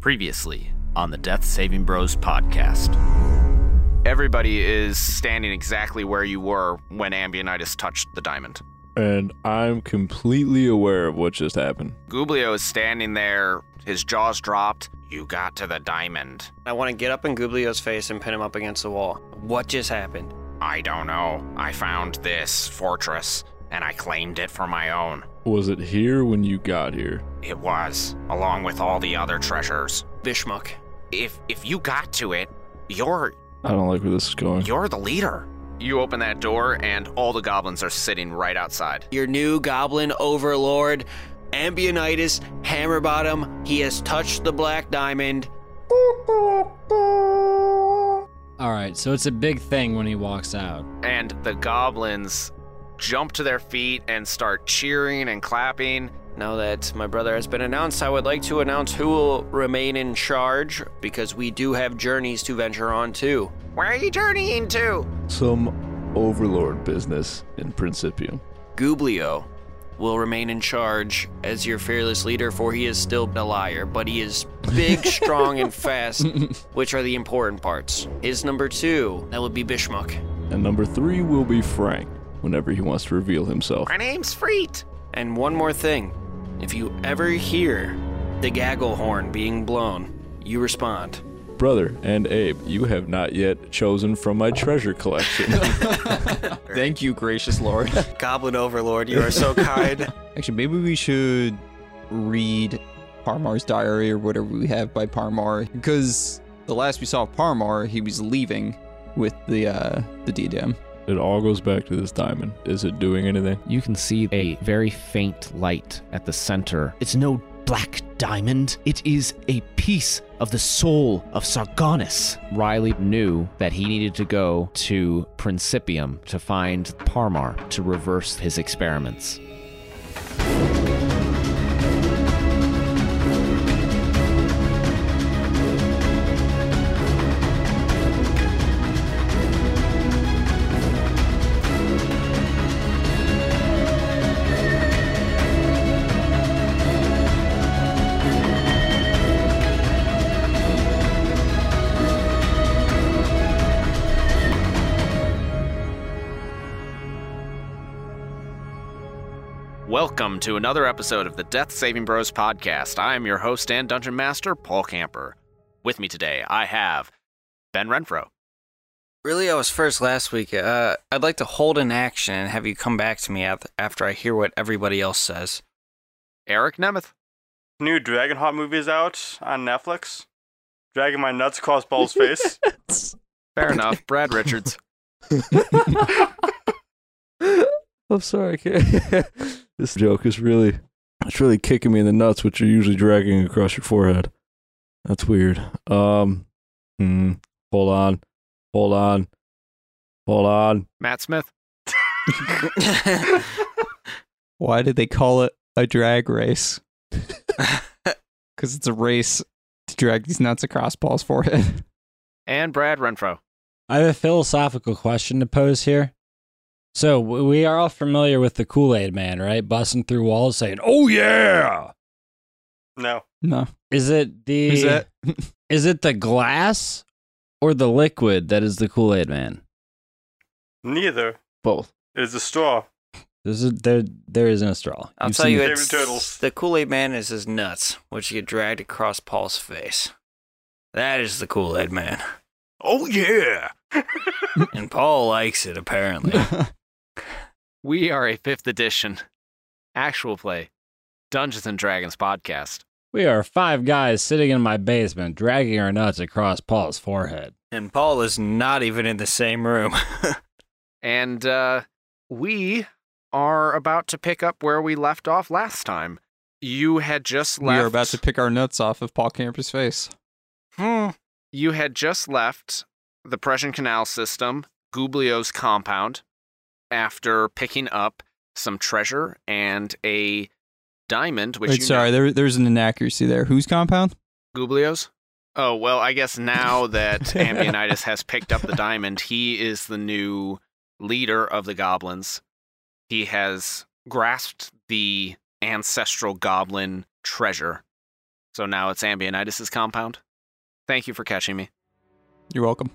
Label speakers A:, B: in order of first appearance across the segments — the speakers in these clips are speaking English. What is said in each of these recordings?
A: Previously on the Death Saving Bros podcast.
B: Everybody is standing exactly where you were when Ambionitis touched the diamond.
C: And I'm completely aware of what just happened.
B: Gublio is standing there, his jaws dropped. You got to the diamond.
D: I want to get up in Gublio's face and pin him up against the wall. What just happened?
B: I don't know. I found this fortress, and I claimed it for my own.
C: Was it here when you got here?
B: It was, along with all the other treasures.
D: Bishmuck.
B: If if you got to it, you're
C: I don't like where this is going.
B: you're the leader. You open that door, and all the goblins are sitting right outside.
D: Your new goblin overlord, Ambionitis Hammerbottom. He has touched the black diamond.
E: All right, so it's a big thing when he walks out.
B: And the goblins jump to their feet and start cheering and clapping.
D: Now that my brother has been announced, I would like to announce who will remain in charge because we do have journeys to venture on too.
B: Where are you journeying to?
C: Some overlord business in Principium.
D: Gublio will remain in charge as your fearless leader, for he is still a liar, but he is big, strong, and fast, which are the important parts. His number two, that would be Bishmuck.
C: And number three will be Frank whenever he wants to reveal himself.
B: My name's Freet.
D: And one more thing if you ever hear the gaggle horn being blown, you respond.
C: Brother and Abe, you have not yet chosen from my treasure collection.
F: Thank you, gracious Lord.
D: Goblin Overlord, you are so kind.
F: Actually, maybe we should read Parmar's diary or whatever we have by Parmar, because the last we saw of Parmar, he was leaving with the uh, the diadem.
C: it all goes back to this diamond. Is it doing anything?
G: you can see a very faint light at the center. It's no black diamond, it is a piece of the soul of Sargonis. Riley knew that he needed to go to Principium to find Parmar to reverse his experiments.
B: Welcome to another episode of the Death Saving Bros podcast. I am your host and dungeon master, Paul Camper. With me today, I have Ben Renfro.
D: really, I was first last week. Uh, I'd like to hold an action and have you come back to me af- after I hear what everybody else says.
B: Eric Nemeth.
H: new Dragon Hot movie is out on Netflix. Dragging my nuts across Ball's face.
B: Fair enough. Brad Richards.
C: I'm sorry, I can't. this joke is really, it's really kicking me in the nuts, which you're usually dragging across your forehead. That's weird. Um, hmm, hold on, hold on, hold on.
B: Matt Smith.
F: Why did they call it a drag race? Because it's a race to drag these nuts across Paul's forehead.
B: And Brad Renfro.
E: I have a philosophical question to pose here. So w- we are all familiar with the Kool Aid Man, right? Busting through walls, saying, "Oh yeah!"
H: No.
F: No,
E: Is it the
F: who's that?
E: is it the glass or the liquid that is the Kool Aid Man?
H: Neither.
C: Both.
H: It's a straw.
E: There's a, there there isn't a straw.
D: I'll
E: You've
D: tell
E: seen
D: you,
E: the-
H: Favorite
D: it's
H: turtles.
D: the Kool Aid Man is his nuts, which get dragged across Paul's face. That is the Kool Aid Man,
B: Oh, yeah.
D: and Paul likes it apparently.
B: We are a fifth edition actual play Dungeons and Dragons podcast.
E: we are five guys sitting in my basement, dragging our nuts across Paul's forehead.
D: and Paul is not even in the same room.
B: And uh, we are about to pick up where we left off last time. You had just
F: we
B: left.
F: are about to pick our nuts off of Paul Camper's face.
B: Hmm. You had just left the Prussian Canal System, Gublio's compound, after picking up some treasure and a diamond, which
F: Wait,
B: you
F: sorry, there, there's an inaccuracy there. Whose compound?
B: know- Gublio's. Oh well, I guess now that Ambionitis has picked up the diamond, he is the new leader of the goblins. He has grasped the ancestral goblin treasure, So now it's Ambionitis' compound. Thank you for catching me.
F: You're welcome.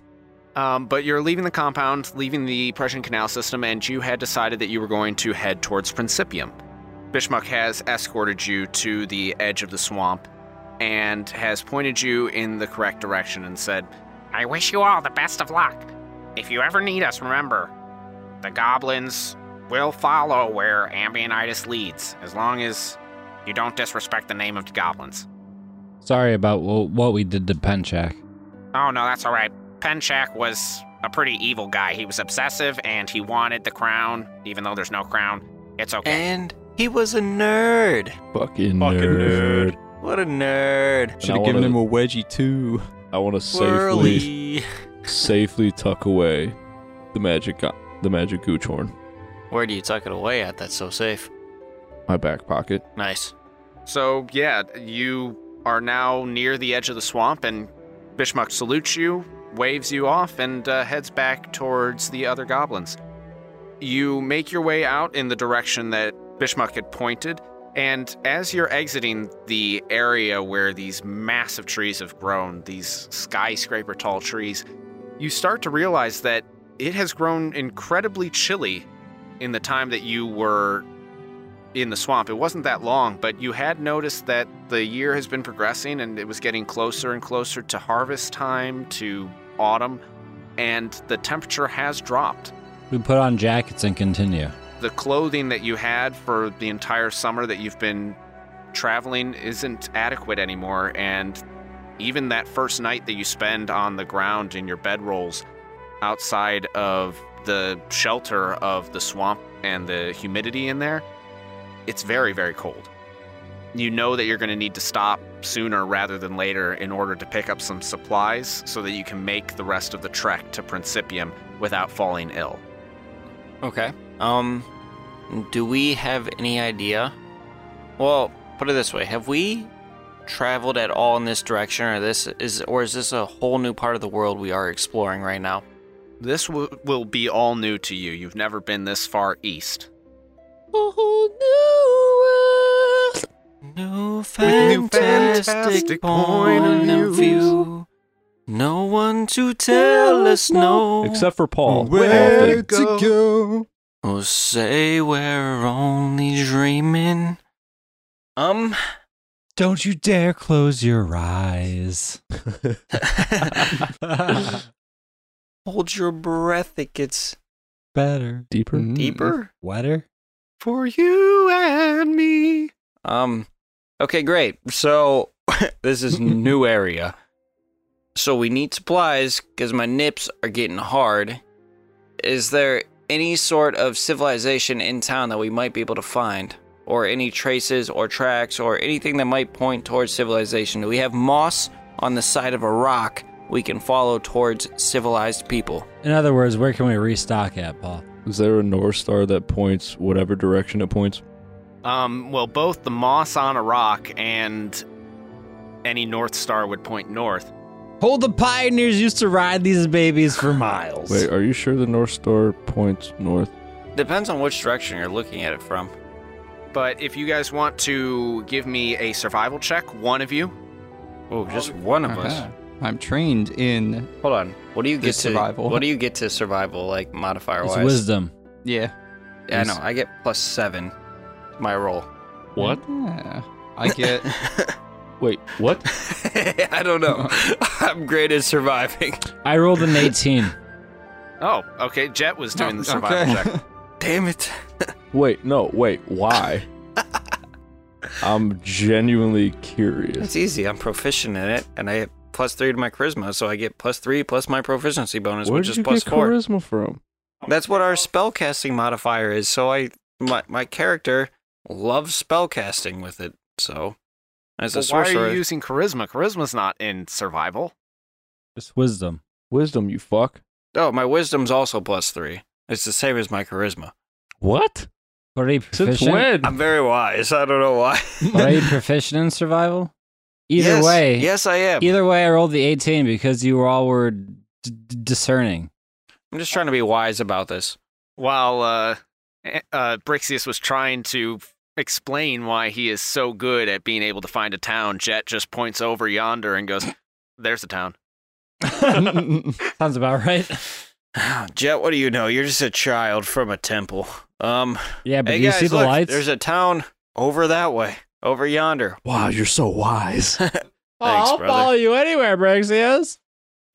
B: Um, but you're leaving the compound, leaving the Prussian Canal system, and you had decided that you were going to head towards Principium. Bishmuck has escorted you to the edge of the swamp and has pointed you in the correct direction and said, I wish you all the best of luck. If you ever need us, remember, the goblins will follow where Ambionitis leads, as long as you don't disrespect the name of the goblins.
E: Sorry about wh- what we did to Penchak.
B: Oh no, that's all right. Penchak was a pretty evil guy. He was obsessive and he wanted the crown, even though there's no crown. It's okay.
D: And he was a nerd.
H: Fucking
C: Fucking,
H: nerd.
D: What a nerd.
C: And
F: Should
C: I
F: have given
C: wanna-
F: him a wedgie too.
C: I want to safely,
D: Swirly.
C: safely tuck away the magic, go- the magic gooch horn,
D: Where do you tuck it away at? That's so safe.
C: my back pocket.
D: Nice.
B: so yeah, you are now near the edge of the swamp, and Bishmuck salutes you, waves you off, and uh, heads back towards the other goblins. You make your way out in the direction that Bishmuck had pointed, and as you're exiting the area where these massive trees have grown, these skyscraper tall trees, you start to realize that it has grown incredibly chilly in the time that you were in the swamp. It wasn't that long, but you had noticed that the year has been progressing and it was getting closer and closer to harvest time, to autumn, and the temperature has dropped.
E: We put on jackets and continue.
B: The clothing that you had for the entire summer that you've been traveling isn't adequate anymore, and even that first night that you spend on the ground in your bedrolls outside of the shelter of the swamp and the humidity in there, it's very, very cold. You know that you're going to need to stop sooner rather than later in order to pick up some supplies so that you can make the rest of the trek to Principium without falling ill.
D: Okay. Um, do we have any idea? Well, put it this way: Have we traveled at all in this direction, or this is, or is this a whole new part of the world we are exploring right now?
B: This w- will be all new to you. You've never been this far east.
D: No
B: new
D: fantastic,
B: fantastic
D: point,
B: point of
D: of view. No one to tell us no.
C: Except for Paul.
F: Where
C: Often.
F: to go?
D: oh, say we're only dreaming. Um.
E: Don't you dare close your eyes.
D: Hold your breath, it gets
E: Better.
C: Deeper.
F: Mm-hmm.
D: deeper
E: Wetter?
D: for you and me. Um, okay, great. So this is new area. So we need supplies because my nips are getting hard. Is there any sort of civilization in town that we might be able to find? Or any traces or tracks or anything that might point towards civilization? Do we have moss on the side of a rock we can follow towards civilized people?
E: In other words, where can we restock at, Paul?
C: Is there a north star that points whatever direction it points?
B: Um, well, both the moss on a rock and any North Star would point north.
E: Hold the pioneers used to ride these babies for miles.
C: Wait, are you sure the north star points north?
D: Depends on which direction you're looking at it from.
B: But if you guys want to give me a survival check, one of you,
D: Oh, just one of us.
F: Uh-huh. I'm trained in
D: Hold on. What do you
F: The
D: get
F: survival.
D: to? What do you get to survival like modifier
E: it's
D: wise?
E: wisdom.
F: yeah.
D: Yeah, I know. I get plus seven. to My roll.
G: What?
F: Yeah. I get
G: Wait, what?
D: I don't know. I'm great at surviving.
E: I rolled an 18.
B: oh, okay, Jet was doing the survival
F: Okay.
B: check.
D: Damn it.
C: Wait, no, wait, why? I'm genuinely curious.
D: It's easy. I'm proficient in it, and I get plus three to my charisma, so I get plus three plus my proficiency bonus,
C: Where
D: which
C: did
D: is
C: you
D: plus
C: get
D: four.
C: charisma from?
D: That's what our spellcasting modifier is. So I, my, my character loves spellcasting with it. So as a
B: Well, why
D: sorcerer,
B: are you using charisma? Charisma's not in survival.
E: It's wisdom.
C: Wisdom, you fuck.
D: oh, my wisdom's also plus three. It's the same as my charisma.
G: What?
E: Are you
G: Since
E: proficient?
G: when?
D: I'm very wise. I don't know why.
E: Are you proficient in survival? Either
D: Yes,
E: way,
D: Yes, I am.
E: either way, I rolled the 18 because you all were d- d- discerning.
D: I'm just trying to be wise about this.
B: While uh, eh, uh, Brixius was trying to explain why he is so good at being able to find a town, Jet just points over yonder and goes, There's the town.
E: Sounds about right.
D: Jet, what do you know? You're just a child from a temple. Um,
E: Yeah, but
D: hey
E: do you
D: guys,
E: see the
D: look,
E: lights?
D: there's a town over that way, over yonder.
C: Wow, you're so wise.
E: Oh,
D: Thanks,
E: I'll
D: brother.
E: follow you anywhere, Brixios.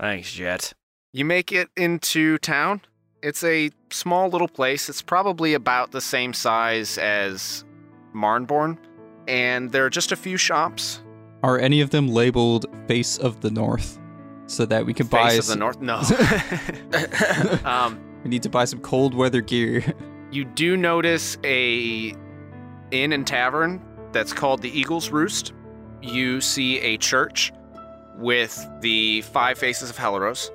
D: Thanks, Jet.
B: You make it into town. It's a small little place. It's probably about the same size as Marnborn. And there are just a few shops.
F: Are any of them labeled Face of the North? So that we can buy
B: Face of the
F: some-
B: North. No. um,
F: we need to buy some cold weather gear.
B: You do notice a inn and tavern that's called the Eagle's Roost. You see a church with the five faces of Helaros,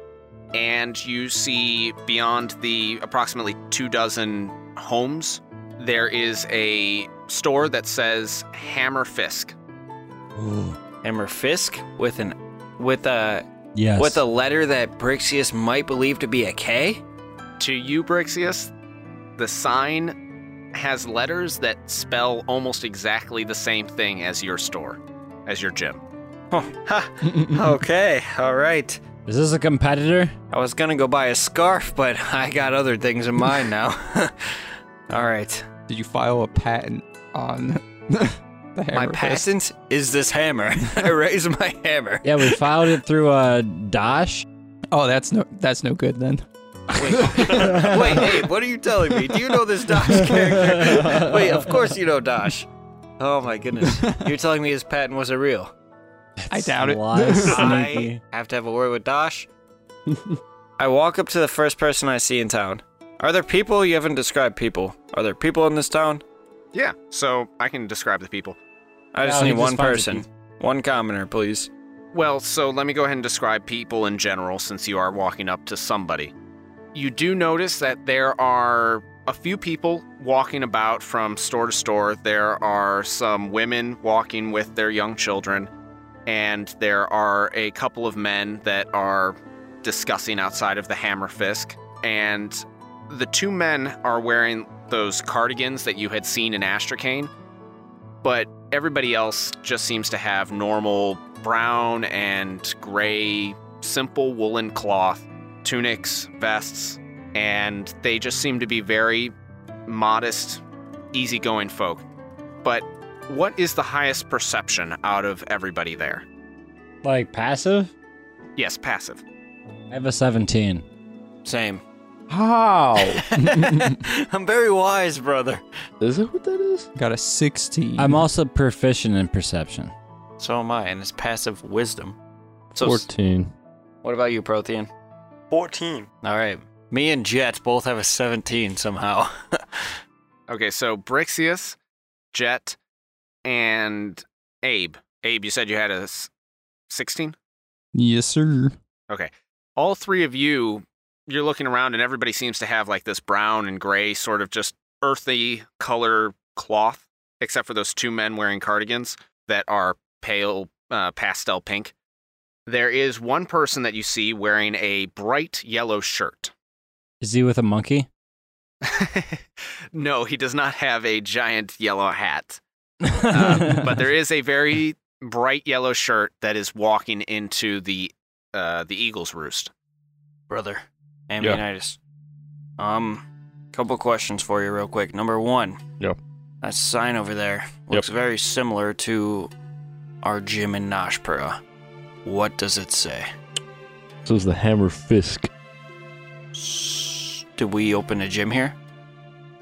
B: and you see beyond the approximately two dozen homes, there is a store that says Hammer Fisk.
D: Hammer Fisk with an with a
E: Yes.
D: with a letter that Brixius might believe to be a K.
B: To you, Brixius, the sign has letters that spell almost exactly the same thing as your store, as your gym.
D: Ha. okay, all right.
E: Is this a competitor?
D: I was gonna go buy a scarf, but I got other things in mind now. all right,
F: Did you file a patent on the hammer?
D: my
F: fist?
D: patent is this hammer. I raise my hammer.
E: Yeah, we filed it through uh, Dash.
F: Oh, that's no that's no good then.
D: Wait, hey, what are you telling me? Do you know this Dosh character? Wait, of course you know Dosh. Oh my goodness, you're telling me his patent wasn't real.
F: I doubt it.
E: Sly,
D: I
E: sneaky.
D: have to have a word with Dosh. I walk up to the first person I see in town. Are there people? You haven't described people. Are there people in this town?
B: Yeah, so I can describe the people.
D: I just
E: No, he
D: need
E: just
D: one
E: finds
D: person.
E: people.
D: One commoner, please.
B: Well, so let me go ahead and describe people in general since you are walking up to somebody. You do notice that there are a few people walking about from store to store. There are some women walking with their young children, and there are a couple of men that are discussing outside of the Hammer Fisk. And the two men are wearing those cardigans that you had seen in Astrakane, but everybody else just seems to have normal brown and gray, simple woolen cloth, tunics, vests, and they just seem to be very modest, easygoing folk. But what is the highest perception out of everybody there?
E: Like passive?
B: Yes, passive.
E: I have a 17.
D: Same.
C: How?
D: I'm very wise, brother.
C: Is that what that is?
F: Got a 16.
E: I'm also proficient in perception.
D: So am I, and it's passive wisdom. So, s-
C: 14.
D: what about you, Prothean?
H: 14.
D: All right. Me and Jet both have a 17 somehow.
B: Okay, so Brixius, Jet, and Abe. Abe, you said you had a 16?
F: yes, sir.
B: all three of you, you're looking around and everybody seems to have like this brown and gray sort of just earthy color cloth, except for those two men wearing cardigans that are pale uh, pastel pink. There is one person that you see wearing a bright yellow shirt.
E: Is he with a monkey?
B: no, he does not have a giant yellow hat. Um, but there is a very bright yellow shirt that is walking into the uh, the eagle's roost.
D: brother. Ambionitis. Um, couple questions for you, real quick. Number one.
C: Yep.
D: That sign over there looks very similar to our gym in Nashpura. What does it say?
C: So is the hammer fisk.
D: S- Did we open a gym here?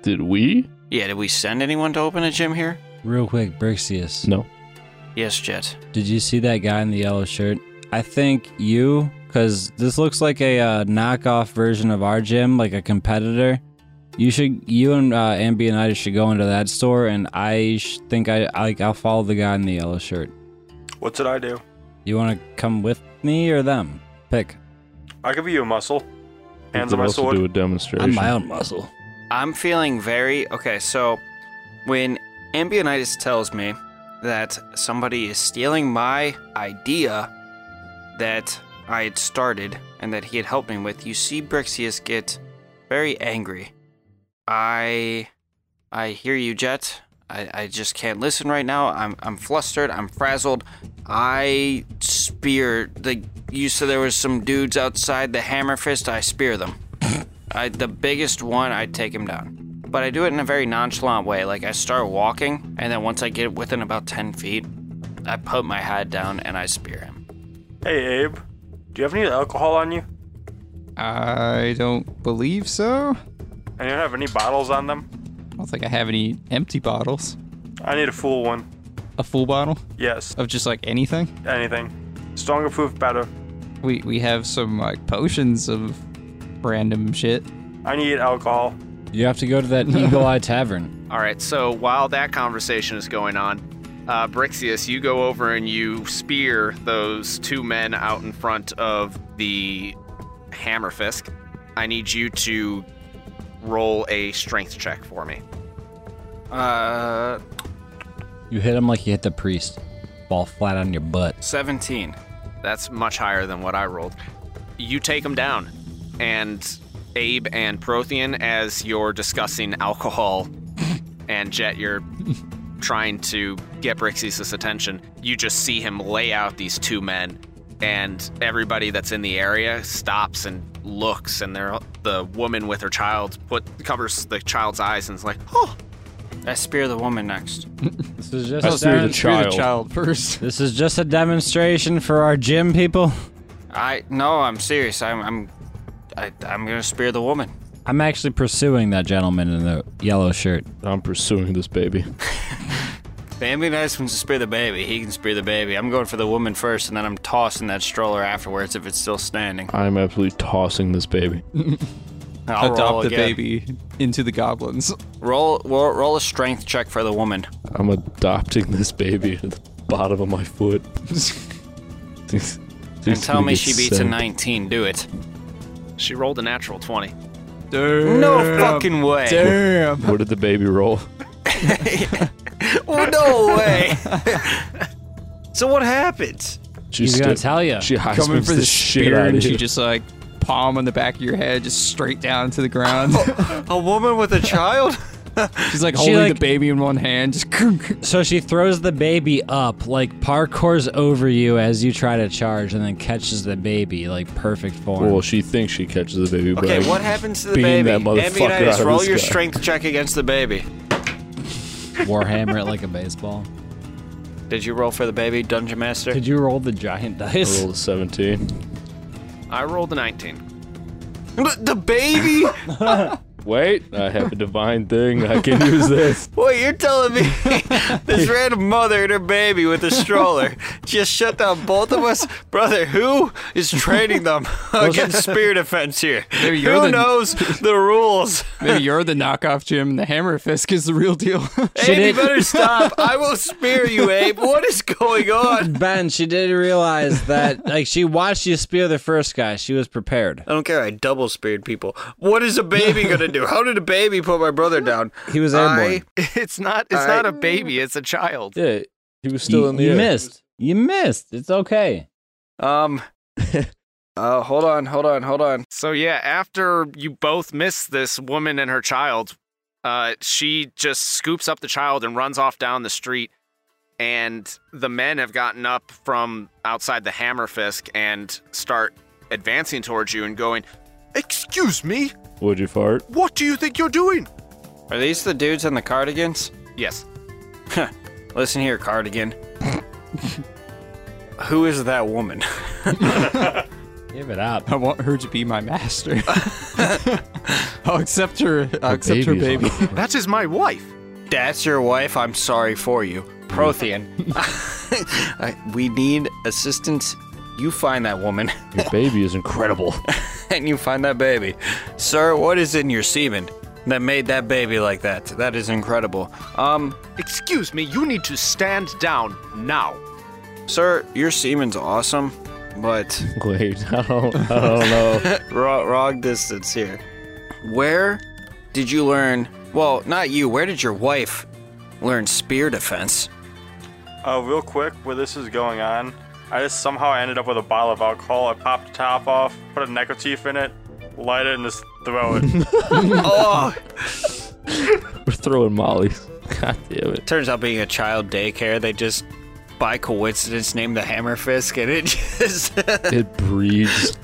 C: Did we?
D: Yeah, did we send anyone to open a gym here?
E: Real quick, Brixius.
C: No.
D: Yes, Jet.
E: Did you see that guy in the yellow shirt? I think you, because this looks like a uh, knockoff version of our gym, like a competitor. You should, you and uh, Ambi and I should go into that store, and I sh- think I, I, I'll follow the guy in the yellow shirt.
H: What did I do?
E: You want to come with me or them? Pick.
H: I give you a muscle. Hands
C: Did
H: on my
C: else to Do a
H: sword.
C: demonstration.
E: I'm my own muscle.
D: I'm feeling very okay. So, when Ambionitis tells me that somebody is stealing my idea that I had started and that he had helped me with, you see Brixius get very angry. I, I hear you, Jet. I, I just can't listen right now. I'm, I'm flustered. I'm frazzled. I spear the. You said there was some dudes outside the hammer fist. I spear them. I the biggest one. I take him down. But I do it in a very nonchalant way. Like I start walking, and then once I get within about ten feet, I put my head down and I spear him.
H: Hey, Abe, do you have any alcohol on you?
F: I don't believe so.
H: I don't have any bottles on them.
F: I don't think I have any empty bottles.
H: I need a full one.
F: A full bottle
H: Yes,
F: of just like anything.
H: anything. Stronger proof, better.
F: We we have some like potions of random shit.
H: I need alcohol.
E: You have to go to that Eagle Eye Tavern.
B: All right, so while that conversation is going on, uh, Brixius, you go over and you spear those two men out in front of the Hammerfisk. I need you to roll a strength check for me.
D: Uh,
E: You hit him like you hit the priest. Fall flat on your butt.
D: seventeen.
B: That's much higher than what I rolled. You take them down, and Abe and Prothean, as you're discussing alcohol, and Jet, you're trying to get Brixius' attention. You just see him lay out these two men, and everybody that's in the area stops and looks, and they're, the woman with her child put covers the child's eyes and is like, "Oh,
D: I spear the woman next.
E: This is
C: I
E: just a
C: spear the
F: Be the
C: child.
F: child first.
E: this is just a demonstration for our gym people.
D: I no, I'm serious. I'm I'm I, I'm gonna spear the woman.
E: I'm actually pursuing that gentleman in the yellow shirt.
C: I'm pursuing this baby.
D: Bambi Nice wants to spear the baby. He can spear the baby. I'm going for the woman first, and then I'm tossing that stroller afterwards if it's still standing.
C: I'm absolutely tossing this baby.
D: I'll roll
F: Adopt the
D: again.
F: baby into the goblins.
D: Roll, roll roll a strength check for the woman.
C: I'm adopting this baby at the bottom of my foot. These- these
D: And tell me
C: niggas
D: she beats a
C: sent.
D: 19. Do it.
B: she rolled a natural 20."
F: Damn.
D: No fucking way.
F: Damn.
C: What did the baby roll?
D: Oh, no way. so what happened?
C: She
E: He's gonna
C: stood-
E: tell you.
C: She
F: Coming for
C: the
F: the
C: shit out
F: spear
C: of
F: and she
C: you.
F: just like palm on the back of your head, just straight down to the ground.
D: A woman with a child?
F: She's like holding
E: like-
F: the baby in one hand, just
E: So she throws the baby up, like parkours over you as you try to charge, and then catches the baby like perfect form.
C: Well, she thinks she catches the baby. but
D: Okay,
C: I-
D: what happens to the
C: beam
D: baby?
C: that motherfucker
D: Bambi Nice,
C: out of
D: roll
C: the
D: your
C: sky.
D: strength check against the baby.
E: Warhammer it like a baseball.
D: Did you roll for the baby, Dungeon Master?
E: Did you roll the giant
C: I
E: dice?
C: rolled a 17.
B: I rolled a 19.
D: the baby?
C: Wait, I have a divine thing. I can use this.
D: Wait, you're telling me this random mother and her baby with a stroller just shut down both of us? Brother, who is training them against spear defense here?
F: Maybe you're
D: who
F: the-
D: knows the rules?
F: Maybe you're the knockoff Jim and the hammer fisk is the real deal.
D: Abe, you
E: did-
D: better stop. I will spear you, Abe. What is going on?
E: Ben, she did realize that, like, she watched you spear the first guy. She was prepared.
D: I don't care. I double speared people. What is a baby going to do? How did a baby put my brother down?
E: He was airborne.
D: I,
B: It's not it's
D: I-
B: not a baby, it's a child.
C: Yeah, he was still
E: you,
C: in the
E: you
C: air.
E: missed. You missed. It's okay.
D: um, uh, hold on, hold on, hold on.
B: So yeah, after you both miss this woman and her child, uh, she just scoops up the child and runs off down the street. And the men have gotten up from outside the Hammerfisk and start advancing towards you and going, "Excuse me,
C: Would you fart?
B: what do you think you're doing?"
D: Are these the dudes in the cardigans?
B: Yes,
D: Listen here, cardigan. Who is that woman?
E: Give it up.
F: I want her to be my master. I'll accept her. I'll
C: Her
F: accept her
C: baby's
F: baby.
B: that is my wife.
D: That's your wife. I'm sorry for you, Prothean. I- we need assistance. You find that woman
C: Your baby is incredible.
D: and you find that baby. Sir, what is in your semen that made that baby like that? That is incredible. Um,
B: Excuse me, you need to stand down now.
D: sir, your semen's awesome, but
C: Wait, I don't, I don't know.
D: wrong, wrong distance here. Where did you learn? Well, not you. Where did your wife learn spear defense?
H: Uh, real quick, where this is going on, I just somehow ended up with a bottle of alcohol. I popped the top off, put a neckerchief in it, light it, and just throw it.
D: oh,
C: We're throwing mollies. God damn it.
D: Turns out being a child daycare, they just by coincidence named the Hammer Fisk, and it just
C: It breeds.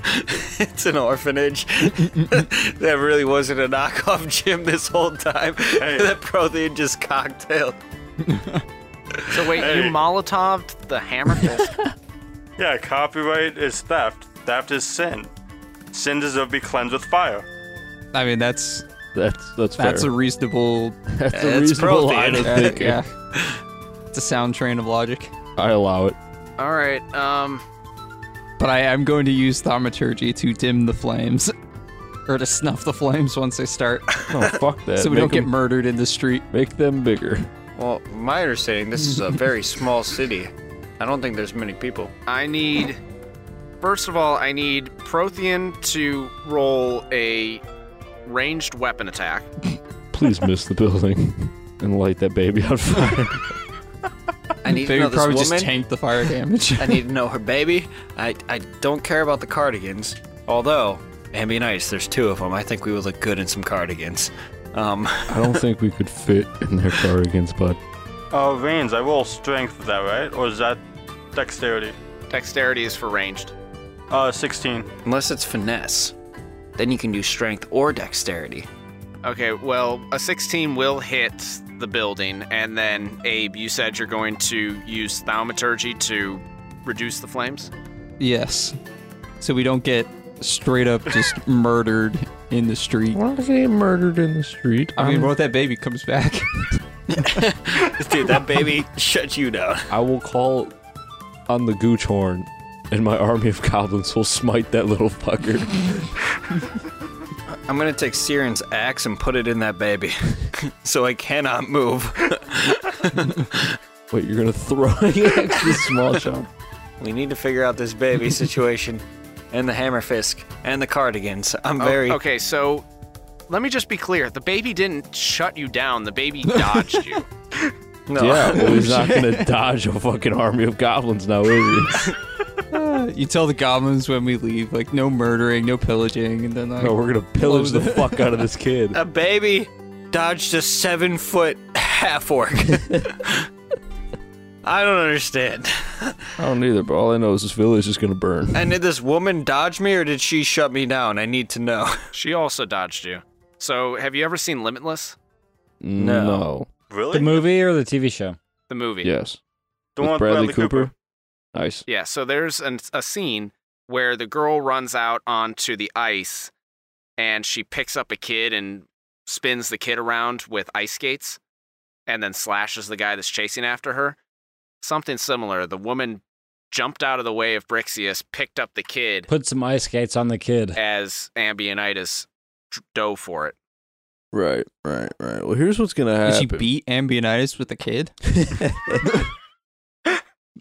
D: it's an orphanage. that really wasn't a knockoff gym this whole time.
H: Hey.
D: that Prothean just cocktailed.
B: So wait,
H: Hey.
B: you Molotoved the hammer?
H: Yeah, copyright is theft. Theft is sin. Sin deserve to be cleansed with fire.
F: I mean, that's
C: That's that's fair.
F: that's a reasonable.
C: that's
D: it's
C: a reasonable line of
D: protein.
F: Uh,
C: thinking.
F: yeah, it's a sound train of logic.
C: I allow it.
B: All right. Um.
F: But I am going to use thaumaturgy to dim the flames, or to snuff the flames once they start,
C: No, Oh, fuck that.
F: so we
C: Make
F: don't get
C: them-
F: murdered in the street.
C: Make them bigger.
D: Well, from my understanding, this is a very small city. I don't think there's many people.
B: I need. First of all, I need Prothean to roll a ranged weapon attack.
C: Please miss the building and light that baby on fire.
D: I need to
F: They
D: know
F: would
D: this
F: probably
D: woman.
F: just tank the fire damage.
D: I need to know her baby. I, I don't care about the cardigans. Although, Ambient Ice, there's two of them. I think we would look good in some cardigans. Um,
C: I don't think we could fit in their cardigans, but
H: Uh, Reigns, I roll strength for that, right? Or is that dexterity?
B: Dexterity is for ranged.
H: Uh, 16.
D: unless it's finesse, then you can do strength or dexterity.
B: Okay. Well, a 16 will hit the building, and then Abe, you said you're going to use thaumaturgy to reduce the flames.
F: yes, so we don't get straight up just murdered in the street.
C: Why don't they get murdered in the street?
F: I mean, what if that baby comes back?
D: Dude, that baby shut you down.
C: I will call on the gooch horn, and my army of goblins will smite that little fucker.
D: I'm gonna take Siren's axe and put it in that baby, so I cannot move.
C: Wait, you're gonna throw an axe to small chop?
D: We need to figure out this baby situation, and the hammer fisk, and the cardigans. I'm very
B: Okay. So. Let me just be clear. The baby didn't shut you down. The baby dodged you.
D: no.
C: Yeah, well, he's not gonna dodge a fucking army of goblins now, is he?
F: you tell the goblins when we leave, like no murdering, no pillaging, and then like
C: No, we're gonna pillage the
F: Blow the-
C: fuck out of this kid.
D: A baby dodged a seven foot half orc. I don't understand.
C: I don't either, but all I know is this village is gonna burn.
D: And did this woman dodge me or did she shut me down? I need to know.
B: She also dodged you. So, have you ever seen Limitless,
C: No.
H: Really?
E: The movie or the TV show?
B: the movie?
C: Yes.
H: The
C: With
H: one with
C: Bradley Cooper. Nice.
B: Yeah, so there's an, a scene where the girl runs out onto the ice and she picks up a kid and spins the kid around with ice skates and then slashes the guy that's chasing after her. Something similar. The woman jumped out of the way of Brixius, picked up the kid
E: Put some ice skates on the kid.
B: as Ambionitis d- dove for it.
C: Right, right, right. Well, here's what's gonna
B: Uh,
F: Did she
C: happen.
F: beat Ambionitis with a kid?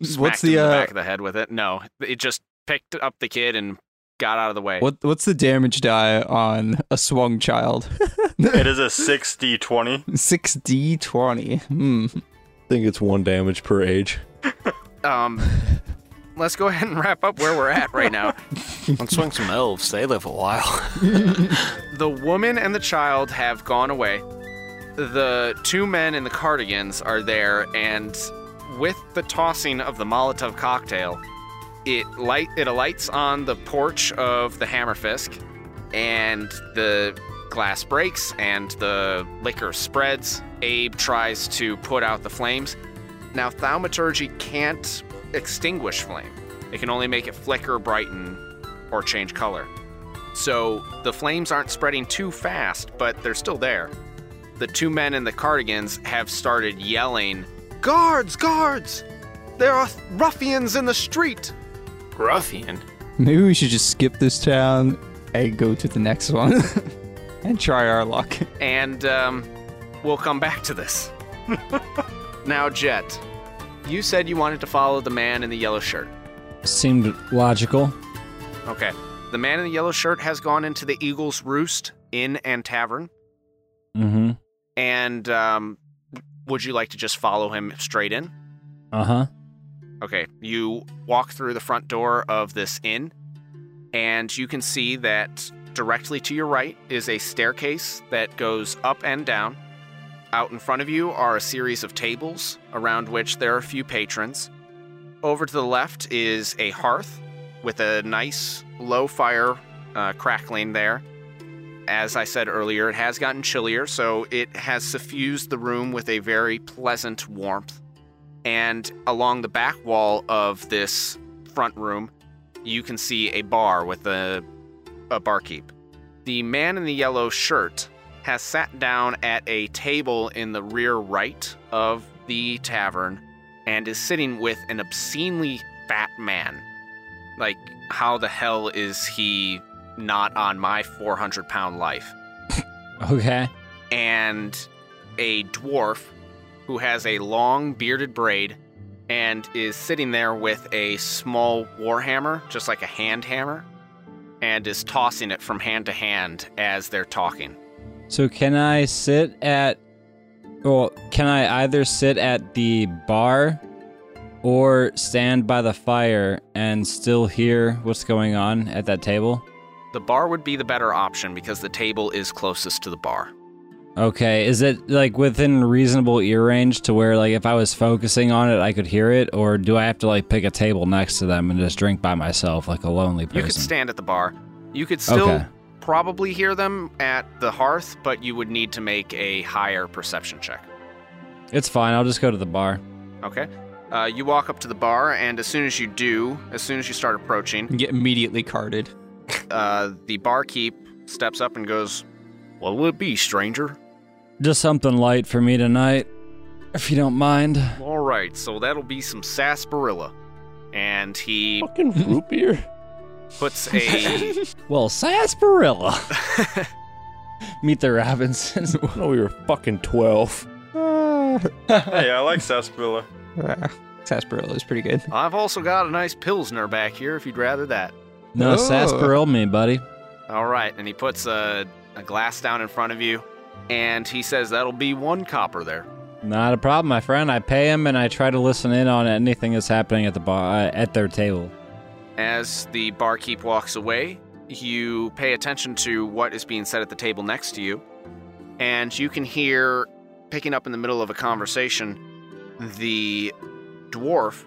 B: Smacked
F: what's
B: him
F: the,
B: in the
F: uh,
B: back of the head with it? No, it just picked up the kid and got out of the way.
F: what what's the damage die on a swung child?
H: It is a 60 20.
F: Six D twenty. Hmm.
C: I think it's one damage per age.
B: Um, let's go ahead and wrap up where we're at right now.
D: Let's swing some elves. They live a while.
B: The woman and the child have gone away. The two men in the cardigans are there, and with the tossing of the Molotov cocktail, it light it alights on the porch of the Hammerfisk, and the glass breaks and the liquor spreads. Abe tries to put out the flames. Now thaumaturgy can't extinguish flame; it can only make it flicker, brighten, or change color. So the flames aren't spreading too fast, but they're still there. The two men in the cardigans have started yelling, Guards, guards! There are ruffians in the street!
D: Ruffian.
F: Maybe we should just skip this town and go to the next one and try our luck.
B: And um, we'll come back to this. now, Jet, you said you wanted to follow the man in the yellow shirt.
E: Seemed logical.
B: Okay. The man in the yellow shirt has gone into the Eagle's Roost Inn and Tavern.
E: Mm-hmm.
B: And um, would you like to just follow him straight in?
E: Uh-huh.
B: Okay, you walk through the front door of this inn, and you can see that directly to your right is a staircase that goes up and down. Out in front of you are a series of tables around which there are a few patrons. Over to the left is a hearth with a nice low fire uh, crackling there. As I said earlier, it has gotten chillier, so it has suffused the room with a very pleasant warmth. And along the back wall of this front room, you can see a bar with a, a barkeep. The man in the yellow shirt has sat down at a table in the rear right of the tavern and is sitting with an obscenely fat man. Like, how the hell is he not on my 400 pound life?
E: Okay.
B: and a dwarf who has a long bearded braid and is sitting there with a small warhammer, just like a hand hammer, and is tossing it from hand to hand as they're talking.
E: So can I sit at well, can I either sit at the bar or stand by the fire and still hear what's going on at that table?
B: The bar would be the better option because the table is closest to the bar.
E: Okay, is it like within reasonable ear range to where like if I was focusing on it I could hear it or do I have to like pick a table next to them and just drink by myself like a lonely person?
B: You could stand at the bar. You could still
E: Okay.
B: probably hear them at the hearth, but you would need to make a higher perception check.
E: It's fine, I'll just go to the bar.
B: Okay. Uh, you walk up to the bar, and as soon as you do, as soon as you start approaching,
F: and get immediately carded.
B: uh, the barkeep steps up and goes, "What will it be, stranger?"
E: Just something light for me tonight if you don't mind.
B: All right, so that'll be some sarsaparilla, and he
C: Fucking root beer.
B: puts a
E: Well, sarsaparilla. Meet the Robinsons.
C: No, we were Oh, fucking 12.
H: Hey, I like sarsaparilla.
F: Ah, sarsaparilla is pretty good.
B: I've also got a nice pilsner back here if you'd rather that.
E: No,
F: Oh.
E: sarsaparilla me, buddy.
B: All right, and he puts a, a glass down in front of you, and he says, "That'll be one copper there."
E: Not a problem, my friend. I pay him and I try to listen in on anything that's happening at the bar, uh, at their table.
B: As the barkeep walks away, you pay attention to what is being said at the table next to you, and you can hear, picking up in the middle of a conversation, the dwarf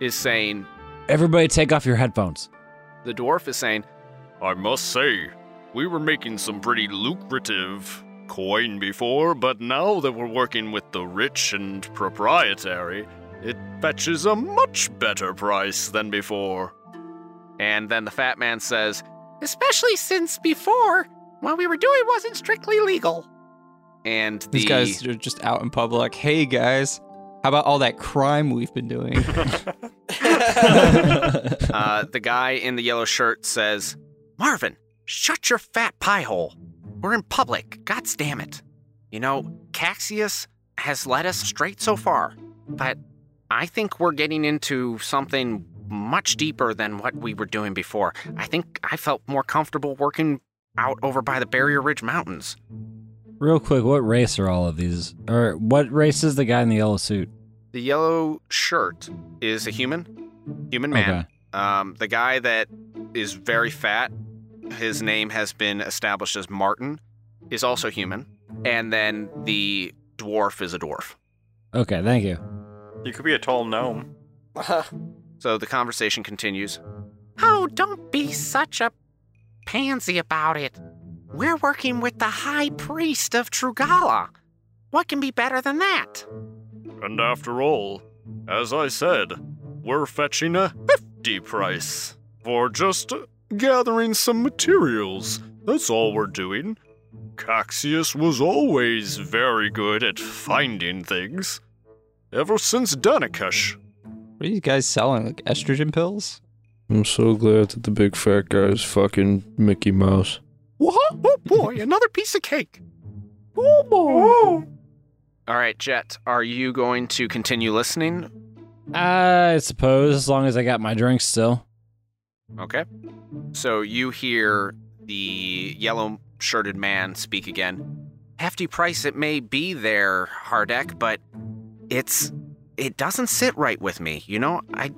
B: is saying,
E: Everybody, take off your headphones.
B: the dwarf is saying, I must say, we were making some pretty lucrative coin before, but now that we're working with the rich and proprietary, it fetches a much better price than before. And then the fat man says, Especially since before, what we were doing wasn't strictly legal. And the
F: These guys are just out in public. Hey guys, how about all that crime we've been doing?
B: Uh, the guy in the yellow shirt says, Marvin, shut your fat pie hole. We're in public. God damn it. You know, Caxius has led us straight so far, but I think we're getting into something much deeper than what we were doing before. I think I felt more comfortable working out over by the Barrier Ridge Mountains.
E: Real quick, what race are all of these? Or what race is the guy in the yellow suit?
B: The yellow shirt is a human, human man.
E: Okay.
B: Um, the guy that is very fat, his name has been established as Martin, is also human. And then the dwarf is a dwarf.
E: Okay, thank you.
H: You could be a tall gnome.
B: So the conversation continues. Oh, don't be such a pansy about it. We're working with the high priest of Trugala. What can be better than that?
H: And after all, as I said, we're fetching a hefty price for just gathering some materials. That's all we're doing. Caxius was always very good at finding things. Ever since Danikesh.
F: What are you guys selling? Like estrogen pills?
C: I'm so glad that the big fat guy is fucking Mickey Mouse.
B: What? Oh boy, another piece of cake.
C: Oh, boy.
B: All right, Jet, are you going to continue listening?
E: I suppose as long as I got my drink still.
B: Okay. So you hear the yellow shirted man speak again. Hefty price it may be there, Hardek, but it's it doesn't sit right with me. You know, I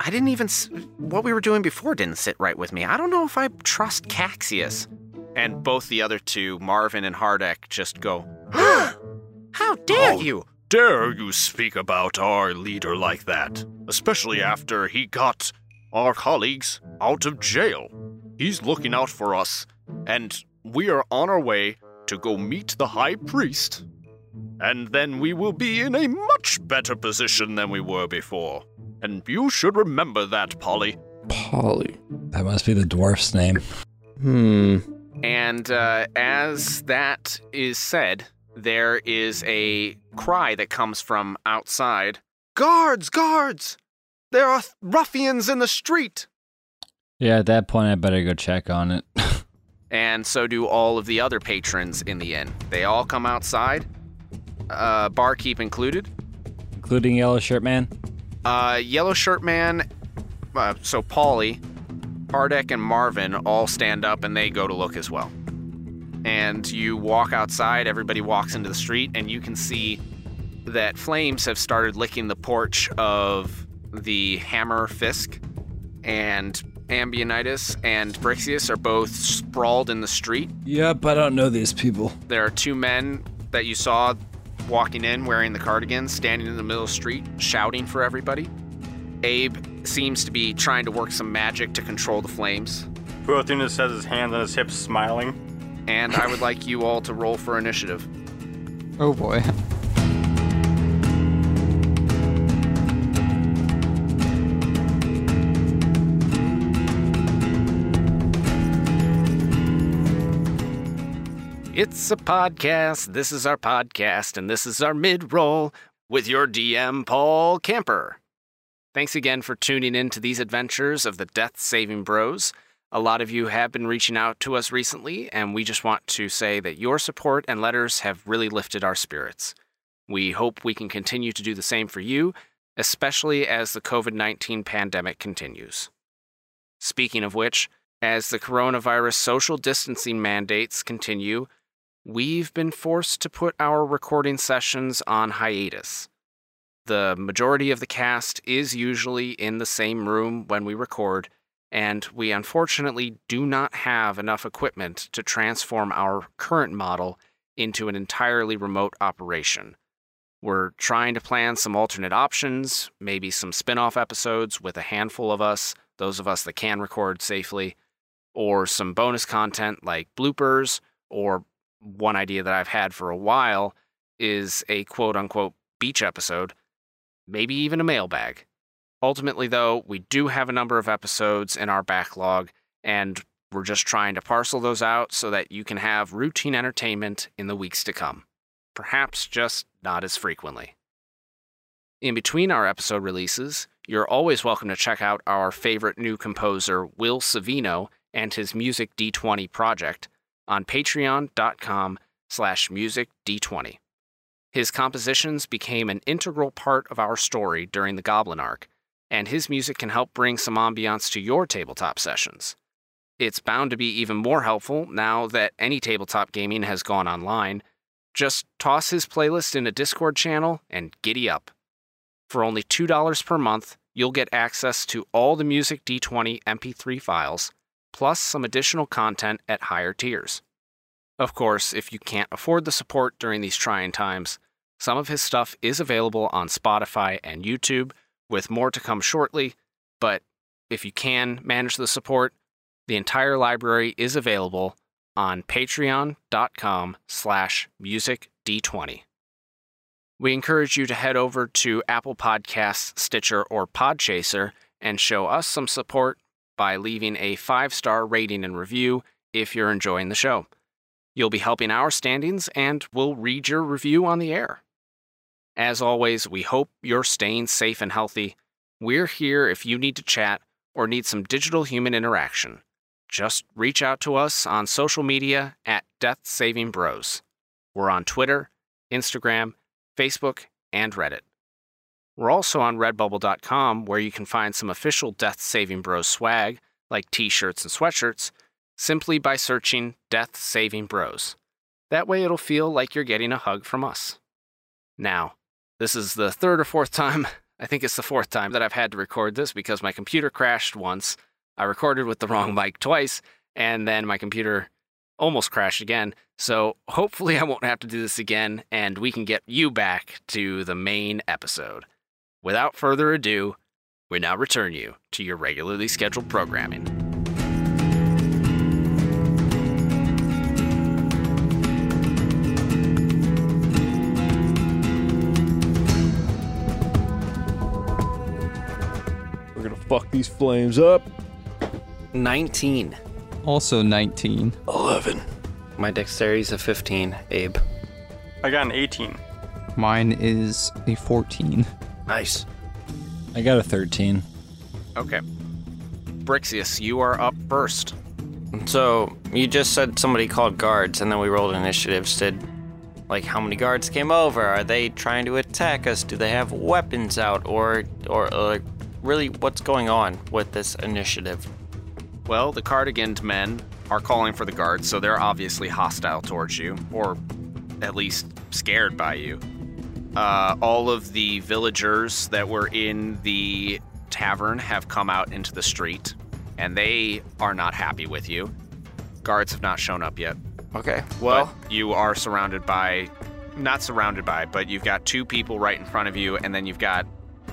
B: I didn't even s- what we were doing before didn't sit right with me. I don't know if I trust Caxius. And both the other two, Marvin and Hardek, just go, How dare
H: Oh.
B: you?
H: Dare you speak about our leader like that, especially after he got our colleagues out of jail? He's looking out for us, and we are on our way to go meet the High Priest. And then we will be in a much better position than we were before. And you should remember that, Polly.
C: Polly.
E: That must be the dwarf's name.
C: Hmm.
B: And uh, as that is said, there is a cry that comes from outside Guards, guards! There are th- ruffians in the street!
E: Yeah, at that point, I better go check on it.
B: And so do all of the other patrons in the inn. They all come outside, uh, barkeep included.
E: Including Yellow Shirt Man.
B: Uh, Yellow Shirt Man, uh, so Polly, Hardek, and Marvin all stand up and they go to look as well. And you walk outside, everybody walks into the street, and you can see that flames have started licking the porch of the Hammer Fisk. And Ambionitis and Brixius are both sprawled in the street.
E: Yep, I don't know these people.
B: There are two men that you saw walking in wearing the cardigans, standing in the middle of the street, shouting for everybody. Abe seems to be trying to work some magic to control the flames.
I: Protheanus has his hands on his hips, smiling.
B: And I would like you all to roll for initiative.
F: Oh boy.
B: It's a podcast. This is our podcast, and this is our mid roll with your DM, Paul Camper. Thanks again for tuning in to these adventures of the Death Saving Bros. A lot of you have been reaching out to us recently, and we just want to say that your support and letters have really lifted our spirits. We hope we can continue to do the same for you, especially as the COVID 19 pandemic continues. Speaking of which, as the coronavirus social distancing mandates continue, we've been forced to put our recording sessions on hiatus. The majority of the cast is usually in the same room when we record, and we unfortunately do not have enough equipment to transform our current model into an entirely remote operation. We're trying to plan some alternate options, maybe some spin off episodes with a handful of us, those of us that can record safely, or some bonus content like bloopers or one idea that I've had for a while is a quote unquote beach episode, maybe even a mailbag. Ultimately, though, we do have a number of episodes in our backlog, and we're just trying to parcel those out so that you can have routine entertainment in the weeks to come. Perhaps just not as frequently. In between our episode releases, you're always welcome to check out our favorite new composer, Will Savino, and his Music D20 project on patreon.com slash music d20. His compositions became an integral part of our story during the Goblin arc, and his music can help bring some ambiance to your tabletop sessions. It's bound to be even more helpful now that any tabletop gaming has gone online. Just toss his playlist in a Discord channel and giddy up. For only $2 per month, you'll get access to all the Music D20 MP3 files, plus some additional content at higher tiers. Of course, if you can't afford the support during these trying times, some of his stuff is available on Spotify and YouTube, with more to come shortly. But if you can manage the support, the entire library is available on patreon.com slash musicd20. We encourage you to head over to Apple Podcasts, Stitcher, or Podchaser and show us some support by leaving a five star rating and review if you're enjoying the show. You'll be helping our standings, and we'll read your review on the air. As always, we hope you're staying safe and healthy. We're here if you need to chat or need some digital human interaction. Just reach out to us on social media at Death Saving Bros. We're on Twitter, Instagram, Facebook, and Reddit. We're also on redbubble.com where you can find some official Death Saving Bros swag, like t shirts and sweatshirts, simply by searching Death Saving Bros. That way it'll feel like you're getting a hug from us. Now, this is the third or fourth time, I think it's the fourth time that I've had to record this because my computer crashed once. I recorded with the wrong mic twice, and then my computer almost crashed again. So hopefully I won't have to do this again and we can get you back to the main episode. Without further ado, we now return you to your regularly scheduled programming.
C: We're gonna fuck these flames up.
D: 19.
F: Also 19.
C: Eleven.
D: My dexterity's a 15, Abe.
I: I got an 18.
F: Mine is a 14.
D: Nice.
E: I got a 13.
B: Okay. Brixius, you are up first.
D: So, you just said somebody called guards, and then we rolled initiatives. Did, like, how many guards came over? Are they trying to attack us? Do they have weapons out? Or, or, or, like, really, what's going on with this initiative?
B: Well, the cardiganed men are calling for the guards, so they're obviously hostile towards you, or at least scared by you. Uh, all of the villagers that were in the tavern have come out into the street, and they are not happy with you. Guards have not shown up yet.
D: Okay, well,
B: Well, you are surrounded by, not surrounded by, but you've got two people right in front of you, and then you've got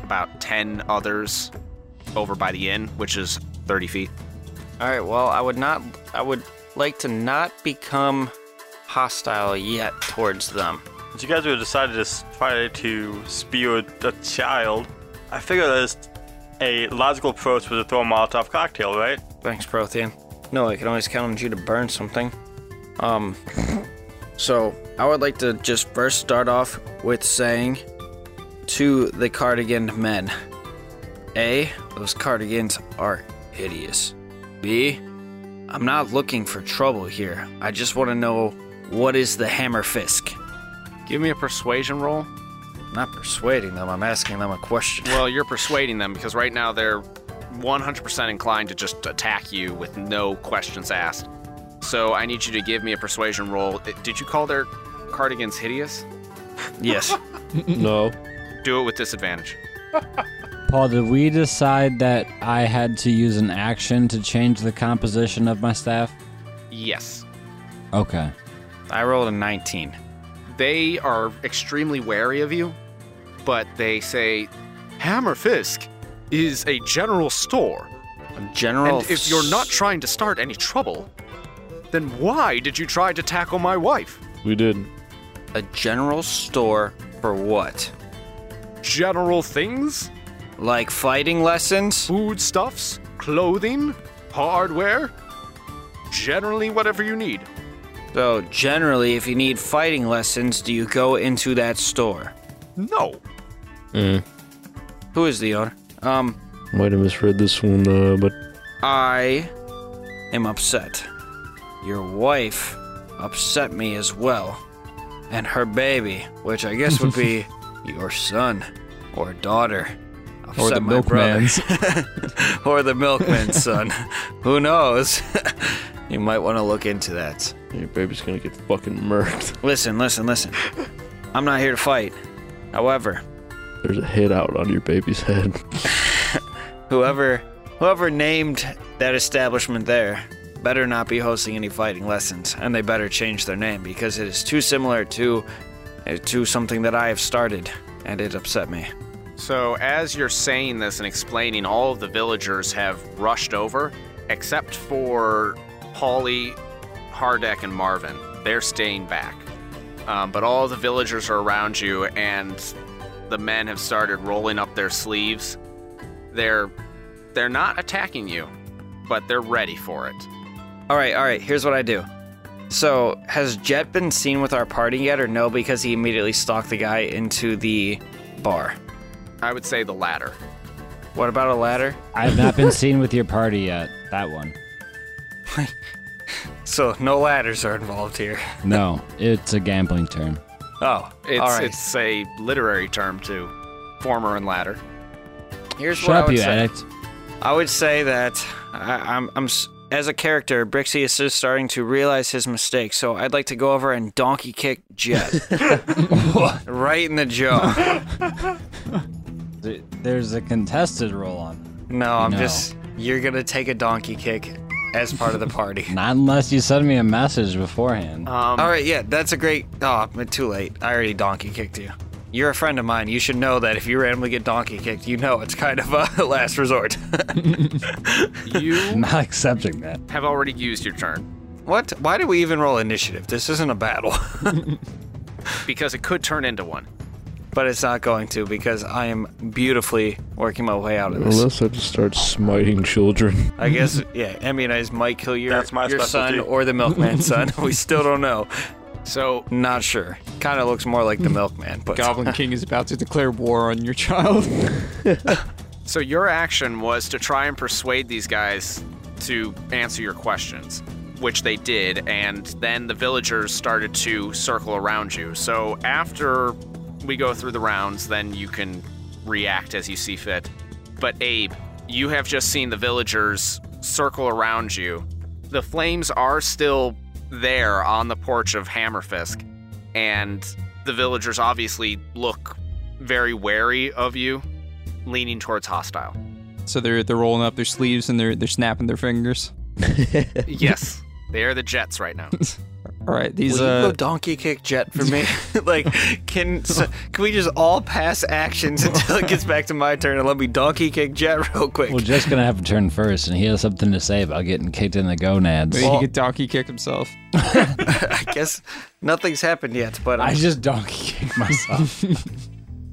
B: about 10 others over by the inn, which is 30 feet.
D: all right, well, I would not, I would like to not become hostile yet towards them.
I: But you guys would have decided to s- try to spew a, a child. I figure there's a logical approach was to throw a Molotov cocktail, right?
D: Thanks, Prothean. No, I can always count on you to burn something. Um, so I would like to just first start off with saying to the cardigan men A, those cardigans are hideous. B, I'm not looking for trouble here. I just want to know what is the hammer fisk.
B: Give me a persuasion roll.
D: I'm not persuading them, I'm asking them a question.
B: Well, you're persuading them because right now they're 100% inclined to just attack you with no questions asked. So I need you to give me a persuasion roll. I- Did you call their cardigans hideous?
D: yes.
C: No.
B: Do it with disadvantage.
E: Paul, did we decide that I had to use an action to change the composition of my staff?
B: Yes.
E: Okay.
D: I rolled a 19.
B: They are extremely wary of you, but they say Hammer Fisk is a general store.
D: A general.
B: and if you're not trying to start any trouble, then why did you try to tackle my wife?
C: We didn't.
D: a general store for what?
B: General things?
D: Like fighting lessons?
B: foodstuffs, clothing, hardware, generally whatever you need.
D: So, generally, if you need fighting lessons, do you go into that store?
B: No.
D: Who is the owner? Um,
C: Might have misread this one, uh, but
D: I am upset. Your wife upset me as well. And her baby, which I guess would be your son or daughter.
F: Or the
D: upset my brother.
F: milkman's.
D: or the milkman's son. Who knows? you might want to look into that.
C: your baby's gonna get fucking murked.
D: Listen, listen, listen. I'm not here to fight. However,
C: There's a head out on your baby's head.
D: whoever whoever named that establishment there better not be hosting any fighting lessons and they better change their name because it is too similar to uh, to something that I have started and it upset me.
B: So, as you're saying this and explaining, all of the villagers have rushed over, except for Polly, Hardeck, and Marvin. They're staying back. Um, but all the villagers are around you, and the men have started rolling up their sleeves. They're they're not attacking you, but they're ready for it.
D: All right, all right, here's what I do. So, has Jet been seen with our party yet or no because he immediately stalked the guy into the bar?
B: I would say the latter.
D: What about a ladder?
E: I have not been seen with your party yet. That one.
D: So, no ladders are involved here.
E: No, it's a gambling term.
D: Oh,
B: It's
D: all right.
B: it's a literary term too, former and latter.
D: Here's
E: Shut
D: what I
E: up,
D: would
E: you
D: say.
E: addict.
D: I would say that I, I'm, I'm s- as a character, Brixius is starting to realize his mistake. So I'd like to go over and donkey kick Jet right in the jaw.
E: Th- There's a contested roll on.
D: No, I'm
E: No.
D: just you're gonna take a donkey kick as part of the party.
E: Not unless you send me a message beforehand.
B: Um,
D: All right, yeah, that's a great. Oh, I'm too late. I already donkey kicked you. You're a friend of mine. You should know that if you randomly get donkey kicked, you know it's kind of a last resort.
B: you
E: Not accepting that.
B: have already used your turn
D: what? Why do we even roll initiative? This isn't a battle,
B: because it could turn into one.
D: but it's not going to because I am beautifully working my way out of this.
C: Unless I just start smiting children.
D: I guess, yeah, Emmy and I might kill your,
I: That's my
D: your son
I: specialty.
D: or the milkman's son. We still don't know.
B: So
D: Not sure. Kind of looks more like the milkman, but
F: Goblin King is about to declare war on your child.
B: So your action was to try and persuade these guys to answer your questions, which they did, and then the villagers started to circle around you. So after we go through the rounds, then you can react as you see fit. But Abe, you have just seen the villagers circle around you. The flames are still there on the porch of Hammerfisk, and the villagers obviously look very wary of you leaning towards hostile.
F: so they're they're rolling up their sleeves and they're they're snapping their fingers.
B: Yes, they are the Jets right now.
F: All right, these
D: Will you
F: uh,
D: go donkey kick jet for me? like, can s- can we just all pass actions until it gets back to my turn and let me donkey kick jet real quick?
E: We're just gonna have to turn first, and he has something to say about getting kicked in the gonads.
F: maybe he could donkey kick himself.
D: I guess nothing's happened yet, but
E: I
D: I'm,
E: just donkey kicked myself.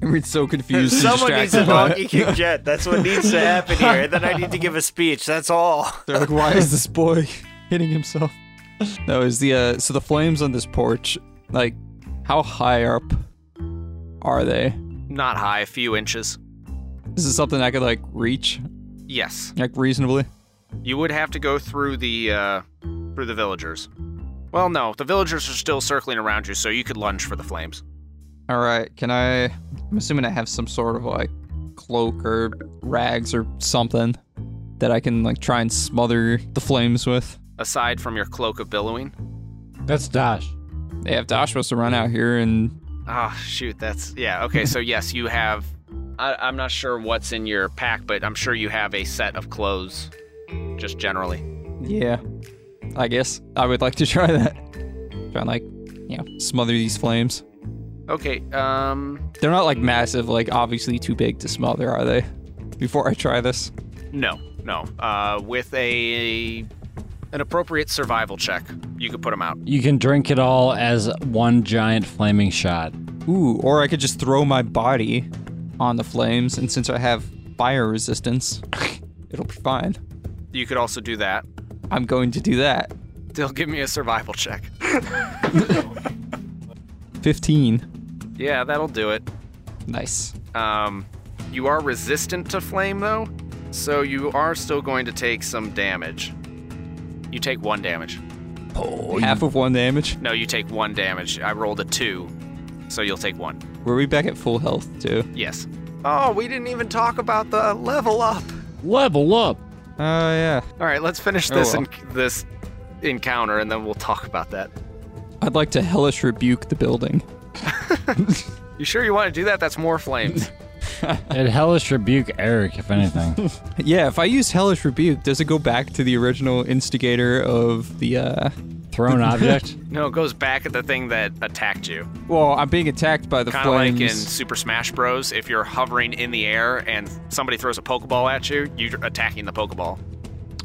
F: We're so confused. and
D: someone needs to
F: distracted by it.
D: donkey kick jet. That's what needs to happen here. And then I need to give a speech. That's all.
F: They're like, why is this boy hitting himself? No, is the uh, so the flames on this porch like how high up are they?
B: Not high, a few inches.
F: Is this something I could like reach
B: Yes,
F: like reasonably?
B: you would have to go through the uh, through the villagers. Well, no, the villagers are still circling around you, so you could lunge for the flames.
F: All right, can I? I'm assuming I have some sort of like cloak or rags or something that I can like try and smother the flames with.
B: Aside from your cloak of billowing.
E: That's Dash.
F: Yeah, if Dash was to run out here and
B: Ah, shoot, that's yeah. Okay, so yes, you have. I, I'm not sure what's in your pack, but I'm sure you have a set of clothes, just generally.
F: yeah, I guess I would like to try that. Try and like you know smother these flames.
B: Okay, um,
F: They're not like massive, like obviously too big to smother, are they? Before I try this,
B: no, no. Uh, with a an appropriate survival check, you could put them out.
E: You can drink it all as one giant flaming shot.
F: ooh, or I could just throw my body on the flames, and since I have fire resistance, it'll be fine.
B: You could also do that.
F: I'm going to do that.
B: Still give me a survival check.
F: 15.
B: Yeah, that'll do it.
F: Nice.
B: Um, you are resistant to flame though, so you are still going to take some damage. You take one damage.
F: Half of one damage.
B: No, you take one damage. I rolled a two, so you'll take one.
F: Were we back at full health too?
B: Yes. Oh, we didn't even talk about the level up.
E: Level up.
F: Oh yeah.
B: All right, let's finish
F: Oh,
B: this
F: well.
B: en- this encounter, and then we'll talk about that.
F: I'd like to hellish rebuke the building.
B: You sure you want to do that? That's more flames.
E: It hellish rebuke Eric, if anything.
F: Yeah, if I use hellish rebuke, does it go back to the original instigator of the uh
E: Thrown object.
B: no, it goes back at the thing that attacked you.
F: well, I'm being attacked by the
B: Kind of like in
F: flames.
B: Super Smash Bros. If you're hovering in the air and somebody throws a Pokeball at you, you're attacking the Pokeball.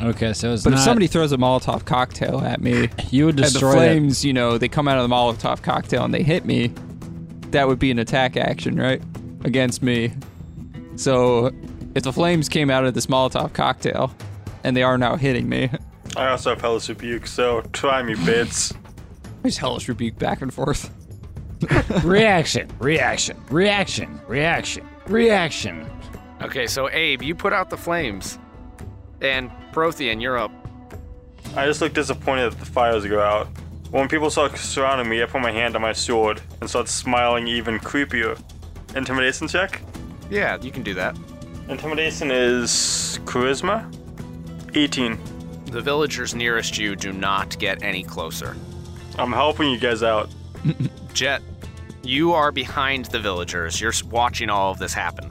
E: Okay, so it's
F: but
E: not.
F: if somebody throws a Molotov cocktail at me
E: you would
F: and the
E: destroy it.
F: flames, you know, they come out of the Molotov cocktail and they hit me, that would be an attack action, right? Against me. So if the flames came out of this Molotov cocktail and they are now hitting me,
I: I also have Hellish Rebuke, so try me, bits.
F: I just hellish rebuke back and forth.
E: Reaction. Reaction. Reaction. Reaction. Reaction.
B: Okay, so Abe, you put out the flames, and Prothean, you're up.
I: I just look disappointed that the fires go out. When people start surrounding me, I put my hand on my sword and start smiling even creepier. Intimidation check?
B: Yeah, you can do that.
I: Intimidation is charisma? 18.
B: The villagers nearest you do not get any closer.
I: I'm helping you guys out.
B: Jet, you are behind the villagers. You're s- watching all of this happen.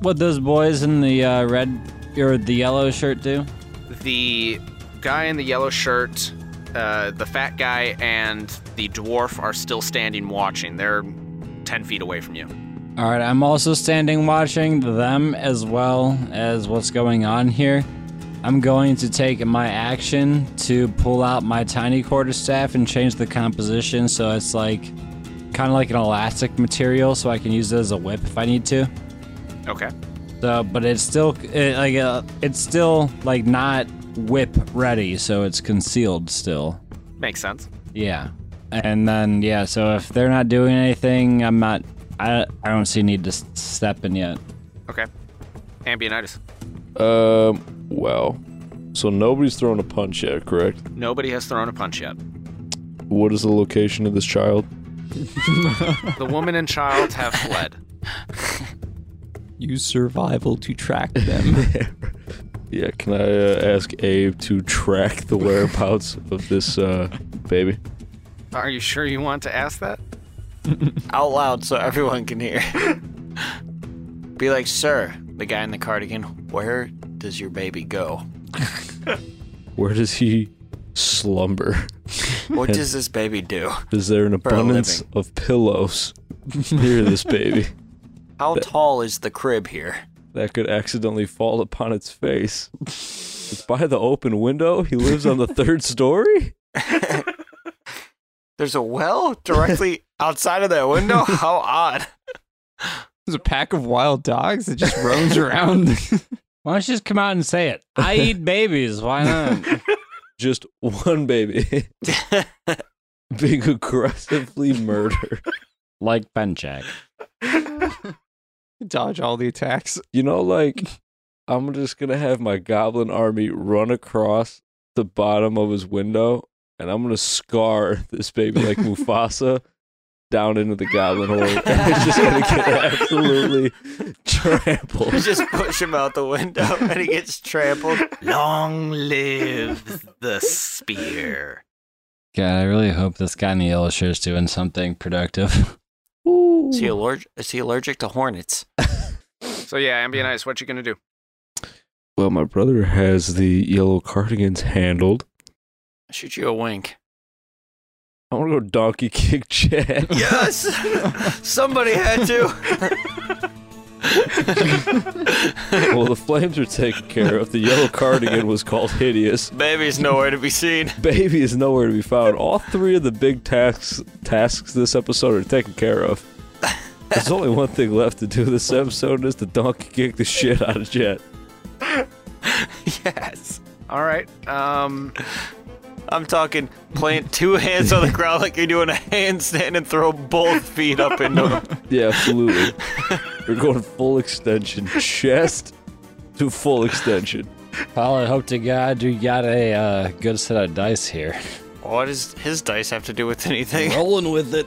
E: What those boys in the uh, red or the yellow shirt do?
B: The guy in the yellow shirt, uh, the fat guy, and the dwarf are still standing watching. They're 10 feet away from you.
E: All right, I'm also standing watching them as well as what's going on here. I'm going to take my action to pull out my tiny quarterstaff and change the composition so it's like kind of like an elastic material so I can use it as a whip if I need to.
B: Okay.
E: So, but it's still it, like uh, it's still like not whip ready, so it's concealed still.
B: Makes sense.
E: Yeah. And then yeah, so if they're not doing anything, I'm not. I I don't see need to s- step in yet.
B: Okay. Ambionitis.
C: Um. Wow. So nobody's thrown a punch yet, correct?
B: Nobody has thrown a punch yet.
C: What is the location of this child?
B: The woman and child have fled.
F: Use survival to track them.
C: Yeah. Can I uh, ask Abe to track the whereabouts of this uh, baby?
B: Are you sure you want to ask that?
D: out loud so everyone can hear. Be like, sir, the guy in the cardigan, where does your baby go?
C: Where does he slumber?
D: What does this baby do?
C: Is there an
D: a living.
C: abundance of pillows near this baby
D: How tall is the crib here?
C: that could accidentally fall upon its face? It's by the open window. He lives on the third story.
D: There's a well directly outside of that window? How odd.
F: There's a pack of wild dogs that just roams around.
E: Why don't you just come out and say it? I eat babies. Why not?
C: Just one baby being aggressively murdered.
E: like Benchak.
F: Dodge all the attacks.
C: You know, like I'm just gonna have my goblin army run across the bottom of his window, and I'm gonna scar this baby like Mufasa down into the goblin hole. And it's just gonna get absolutely
D: We
C: trampled.
D: just push him out the window and he gets trampled.
B: Long live the spear.
E: God, I really hope this guy in the yellow shirt's doing something productive.
D: Is he, allerg- is he allergic to hornets?
B: So yeah, Ambionitis, what you gonna do?
C: Well, my brother has the yellow cardigans handled.
D: Shoot you a wink.
C: I want to go donkey kick Chad.
D: Yes! Somebody had to.
C: well, the flames are taken care of. The yellow cardigan was called hideous.
D: Baby's nowhere to be seen.
C: Baby is nowhere to be found. All three of the big tasks tasks this episode are taken care of. There's only one thing left to do this episode and is to donkey kick the shit out of Jet.
D: Yes.
B: All right. Um,
D: I'm talking plant two hands on the ground like you're doing a handstand and throw both feet up into him.
C: Yeah, absolutely. We're going full extension, chest to full extension.
E: Paul, I hope to God you got a uh, good set of dice here.
D: What does his dice have to do with anything?
C: Rolling with it.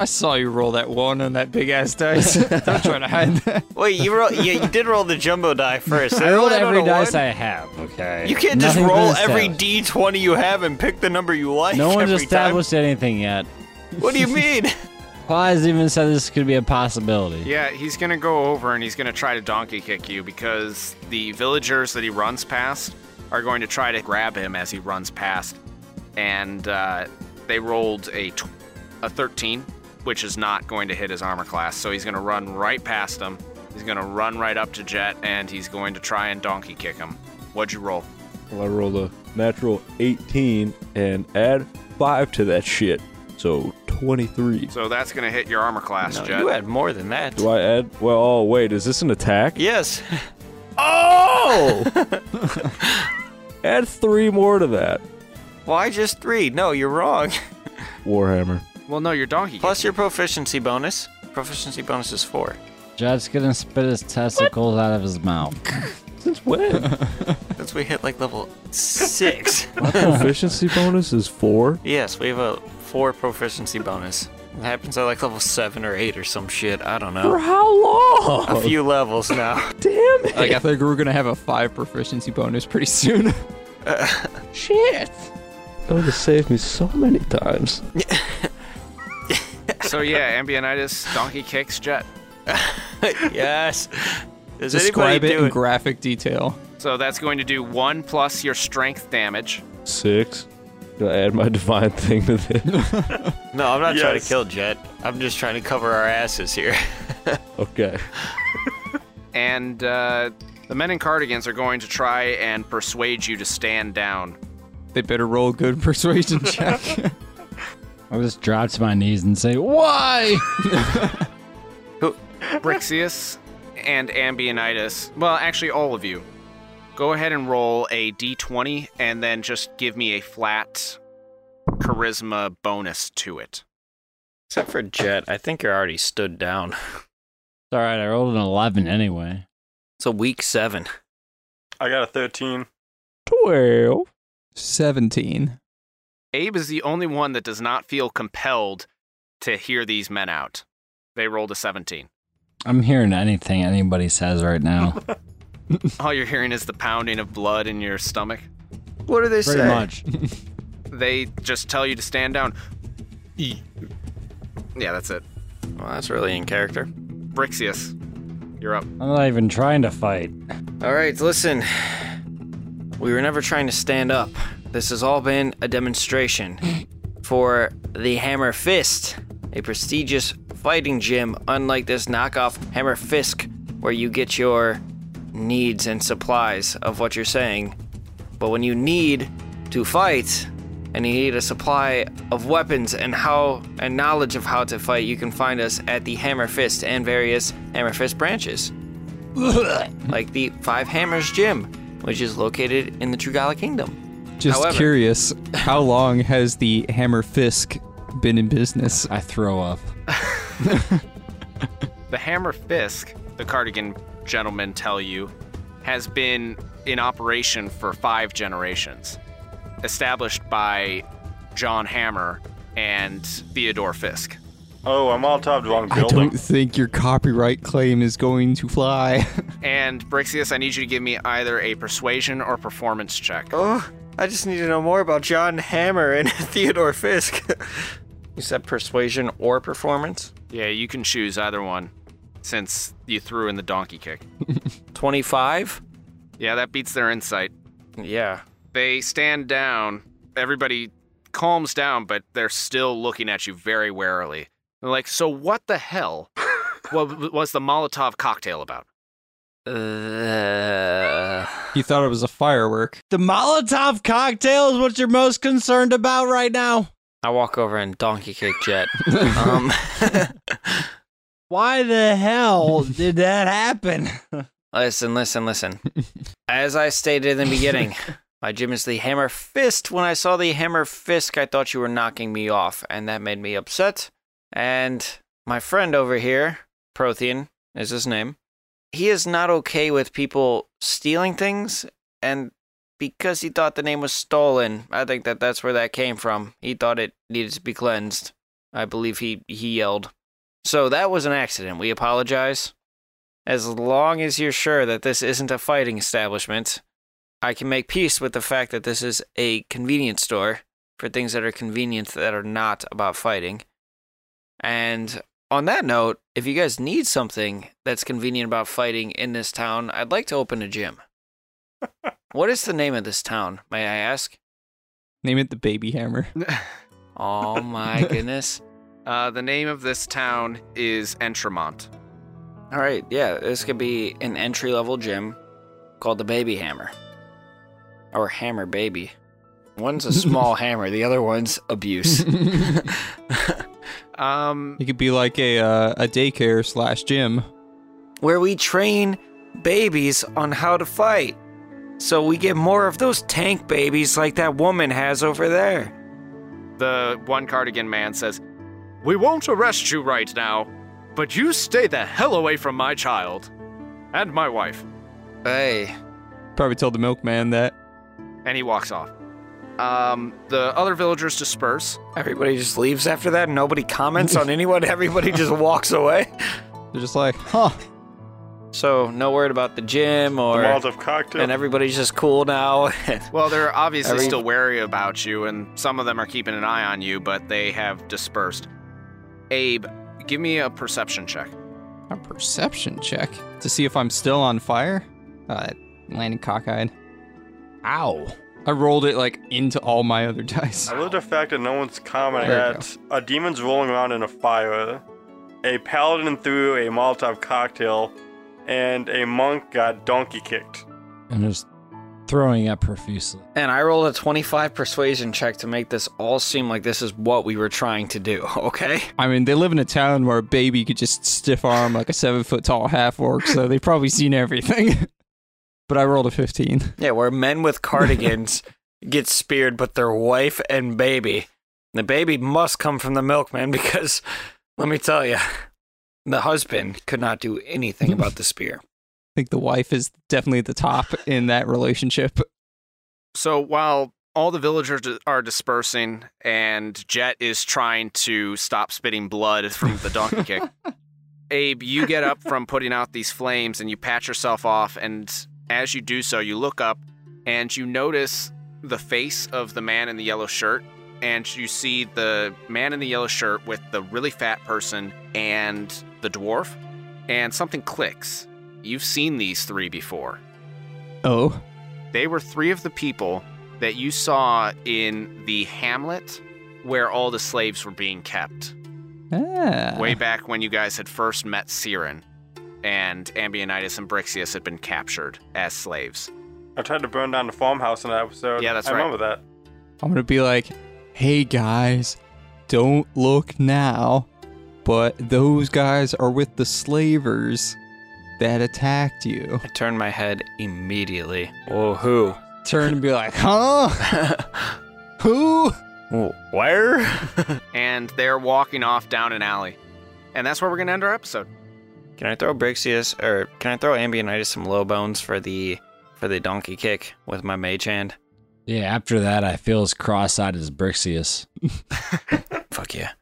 F: I saw you roll that one on that big ass dice. Don't try to hide that.
D: Wait, you roll, yeah, you did roll the jumbo die first.
E: I rolled every dice
D: I.
E: I have. Okay.
D: You can't just
E: Nothing's been
D: roll every
E: established.
D: d20 you have and pick the number you like.
E: No one's
D: every
E: established anything yet.
D: Time. What do you mean?
E: Paul has even said this could be a possibility.
B: yeah, he's gonna go over and he's gonna try to donkey kick you because the villagers that he runs past are going to try to grab him as he runs past, and uh, they rolled a tw- a 13, which is not going to hit his armor class. So he's gonna run right past him. He's gonna run right up to Jet and he's going to try and donkey kick him. What'd you roll?
C: Well, I rolled a natural 18 and add 5 to that shit. So 23.
B: So that's gonna hit your armor class,
D: No,
B: Jet.
D: you had more than that.
C: Do I add? Well, oh, wait, is this an attack?
D: Yes.
C: Oh! Add three more to that.
D: Why just three? No, you're wrong.
C: Warhammer.
B: Well, no, you're donkey.
D: Plus your proficiency bonus. Proficiency bonus is four.
E: Jud's gonna spit his testicles out of his mouth.
C: Since when?
D: Since we hit like level six.
C: My proficiency bonus is four.
D: yes, we have a four proficiency bonus. It happens at like level seven or eight or some shit. I don't know.
C: For how long?
D: A few levels now.
C: Damn it.
F: Like I think we're gonna have a five proficiency bonus pretty soon. Shit.
C: That would have saved me so many times.
B: So yeah, Ambionitis donkey kicks Jet.
D: yes. Does
F: Describe
D: anybody
F: it
D: do it?
F: in graphic detail.
B: So that's going to do one plus your strength damage.
C: Six. Gonna add my divine thing to this.
J: No, I'm not trying to
I: Yes.
J: kill Jet. I'm just trying to cover our asses here.
C: okay.
B: And uh, the men in cardigans are going to try and persuade you to stand down.
F: They better roll a good persuasion check.
E: I'll just drop to my knees and say, Why?
B: Brixius and Ambionitis, well, actually, all of you, go ahead and roll a d20 and then just give me a flat charisma bonus to it.
J: Except for Jet, I think you're already stood down.
E: It's all right. I rolled an 11 anyway.
D: It's a week seven.
I: I got a 13.
F: Twelve. Seventeen.
B: Abe is the only one that does not feel compelled to hear these men out. They rolled a 17.
E: I'm hearing anything anybody says right now.
B: All you're hearing is the pounding of blood in your stomach.
D: What do they
E: Pretty
D: say?
E: much.
B: They just tell you to stand down. Yeah, that's it.
J: Well, that's really in character.
B: Brixius, you're up.
E: I'm not even trying to fight.
D: All right, listen. We were never trying to stand up. This has all been a demonstration for the Hammer Fist, a prestigious fighting gym, unlike this knockoff Hammer Fisk, where you get your needs and supplies of what you're saying. But when you need to fight and you need a supply of weapons and how and knowledge of how to fight, you can find us at the Hammer Fist and various Hammer Fist branches like the Five Hammers Gym, which is located in the Trugala Kingdom.
F: Just
D: However-
F: curious, how long has the Hammer Fisk been in business?
E: I throw up.
B: The Hammer Fisk, the cardigan gentlemen tell you, has been in operation for five generations, established by John Hammer and Theodore Fisk.
I: Oh, I'm all topped wrong
F: I
I: building.
F: don't think your copyright claim is going to fly.
B: And Brixius, I need you to give me either a persuasion or performance check.
D: Oh, I just need to know more about John Hammer and Theodore Fisk. you said persuasion or performance?
B: Yeah, you can choose either one since you threw in the donkey kick.
D: 25?
B: Yeah, that beats their insight.
D: Yeah.
B: They stand down. Everybody calms down, but they're still looking at you very warily. They're like, so what the hell wa- was the Molotov cocktail about?
D: Uh,
F: he thought it was a firework.
E: The Molotov cocktail is what you're most concerned about right now.
D: I walk over and donkey kick Jet. um,
E: Why the hell did that happen?
D: listen, listen, listen. As I stated in the beginning, my gym is the Hammer Fist. When I saw the Hammer Fisk, I thought you were knocking me off, and that made me upset. And my friend over here, Prothean is his name, he is not okay with people stealing things, and because he thought the name was stolen, I think that that's where that came from. He thought it needed to be cleansed. I believe he, he yelled. So that was an accident. We apologize. As long as you're sure that this isn't a fighting establishment, I can make peace with the fact that this is a convenience store for things that are convenient that are not about fighting. And on that note, if you guys need something that's convenient about fighting in this town, I'd like to open a gym. what is the name of this town, may I ask?
F: Name it the Baby Hammer.
D: Oh my goodness.
B: Uh, the name of this town is Entremont.
D: All right, yeah, this could be an entry level gym called the Baby Hammer or Hammer Baby. One's a small hammer, the other one's abuse.
B: Um,
F: It could be like a uh, a daycare slash gym.
D: where we train babies on how to fight. So we get more of those tank babies like that woman has over there.
B: the one cardigan man says, We won't arrest you right now, but you stay the hell away from my child and my wife.
D: Hey,
F: Probably told the milkman that.
B: And he walks off. Um, the other villagers disperse.
D: everybody just leaves after that. Nobody comments on anyone. Everybody just walks away.
F: They're just like, huh.
D: So no word about the gym
I: The
D: or
I: Molotov cocktail.
D: and everybody's just cool now.
B: Well, they're obviously
D: Every-
B: still wary about you, and some of them are keeping an eye on you, but they have dispersed. Abe, give me a perception check.
F: A perception check to see if I'm still on fire. Uh, landing cockeyed.
G: Ow.
F: I rolled it like into all my other dice.
I: I love the fact that no one's commenting
F: There we
I: that a demon's rolling around in a fire, a paladin threw a Molotov cocktail, and a monk got donkey kicked.
E: I'm just throwing up profusely.
D: And I rolled a 25 persuasion check to make this all seem like this is what we were trying to do, okay?
F: I mean, they live in a town where a baby could just stiff arm like a seven foot tall half orc, so they've probably seen everything. but I rolled a 15.
D: Yeah, where men with cardigans get speared, but their wife and baby. The baby must come from the milkman because, let me tell you, the husband could not do anything about the spear.
F: I think the wife is definitely at the top in that relationship.
B: So while all the villagers are dispersing and Jet is trying to stop spitting blood from the donkey kick, Abe, you get up from putting out these flames and you pat yourself off. And as you do so, you look up and you notice the face of the man in the yellow shirt. And you see the man in the yellow shirt with the really fat person and the dwarf. And something clicks. You've seen these three before.
F: Oh.
B: They were three of the people that you saw in the hamlet where all the slaves were being kept.
F: Ah.
B: Way back when you guys had first met Siren and Ambionitis and Brixius had been captured as slaves.
I: I tried to burn down the farmhouse in that episode.
B: Yeah, that's
I: I
B: right.
I: remember that.
F: I'm going to be like, hey guys, don't look now, but those guys are with the slavers that attacked you.
D: I turned my head immediately. Oh, who?
F: Turn and be like, huh? Who?
J: Where?
B: And they're walking off down an alley. And that's where we're going to end our episode.
D: Can I throw Brixius or can I throw Ambionitis some low bones for the for the donkey kick with my mage hand?
E: Yeah, after that, I feel as cross-eyed as Brixius.
D: Fuck yeah.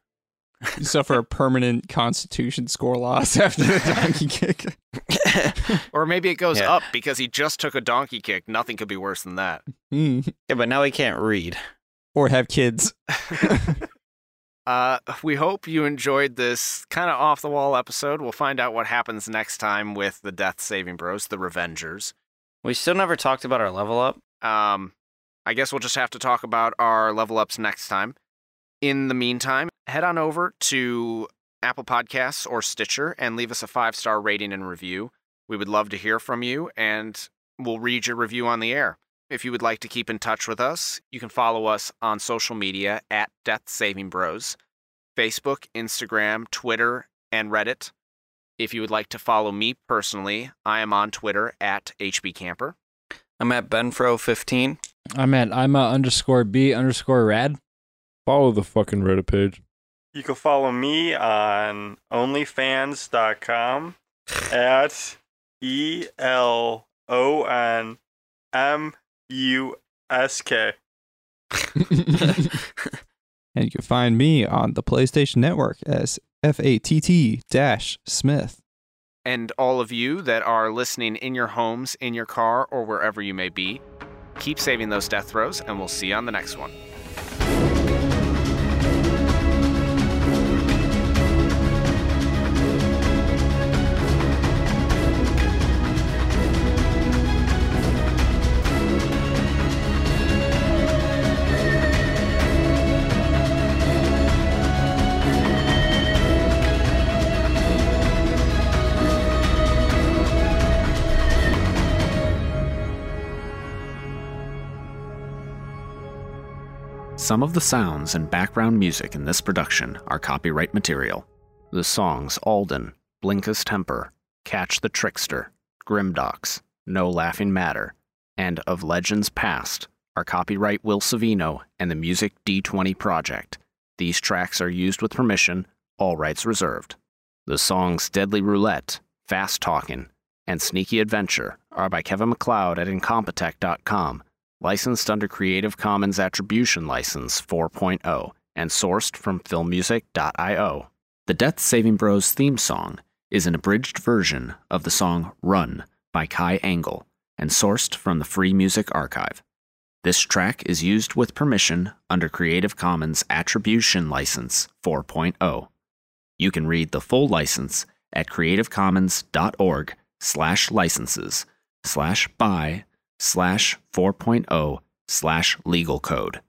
F: You suffer a permanent constitution score loss after the donkey kick.
D: yeah,
B: Or maybe it goes
D: Yeah.
B: up because he just took a donkey kick. Nothing could be worse than that.
F: Hmm.
D: but now he can't read.
F: Or have kids.
B: Uh, we hope you enjoyed this kind of off the wall episode. We'll find out what happens next time with the Death Saving Bros, the Revengers.
D: We still never talked about our level up.
B: Um, I guess we'll just have to talk about our level ups next time. In the meantime, head on over to Apple Podcasts or Stitcher and leave us a five star rating and review. We would love to hear from you, and we'll read your review on the air. If you would like to keep in touch with us, you can follow us on social media at Death Saving Bros, Facebook, Instagram, Twitter, and Reddit. If you would like to follow me personally, I am on Twitter at HBCamper.
D: I'm at Benfro 15.
E: I'm at I'm a underscore B underscore rad.
C: Follow the fucking Reddit page.
I: You can follow me on onlyfans.com at E L O N M U S K.
F: And you can find me on the PlayStation Network as F-A-T-T dash Smith.
B: And all of you that are listening in your homes, in your car, or wherever you may be, keep saving those death throws, and we'll see you on the next one.
A: Some of the sounds and background music in this production are copyright material. The songs Alden, Blinka's Temper, Catch the Trickster, Grimdocks, No Laughing Matter, and Of Legends Past are copyright Will Savino and the Music D20 Project. These tracks are used with permission, all rights reserved. The songs Deadly Roulette, Fast Talkin', and Sneaky Adventure are by Kevin McLeod at Incompetech.com licensed under Creative Commons Attribution License 4.0 and sourced from filmmusic.io. The Death Saving Bros theme song is an abridged version of the song Run by Kai Angle and sourced from the Free Music Archive. This track is used with permission under Creative Commons Attribution License 4.0. You can read the full license at creativecommons.org/licenses oh slash buy slash 4.0 slash legal code.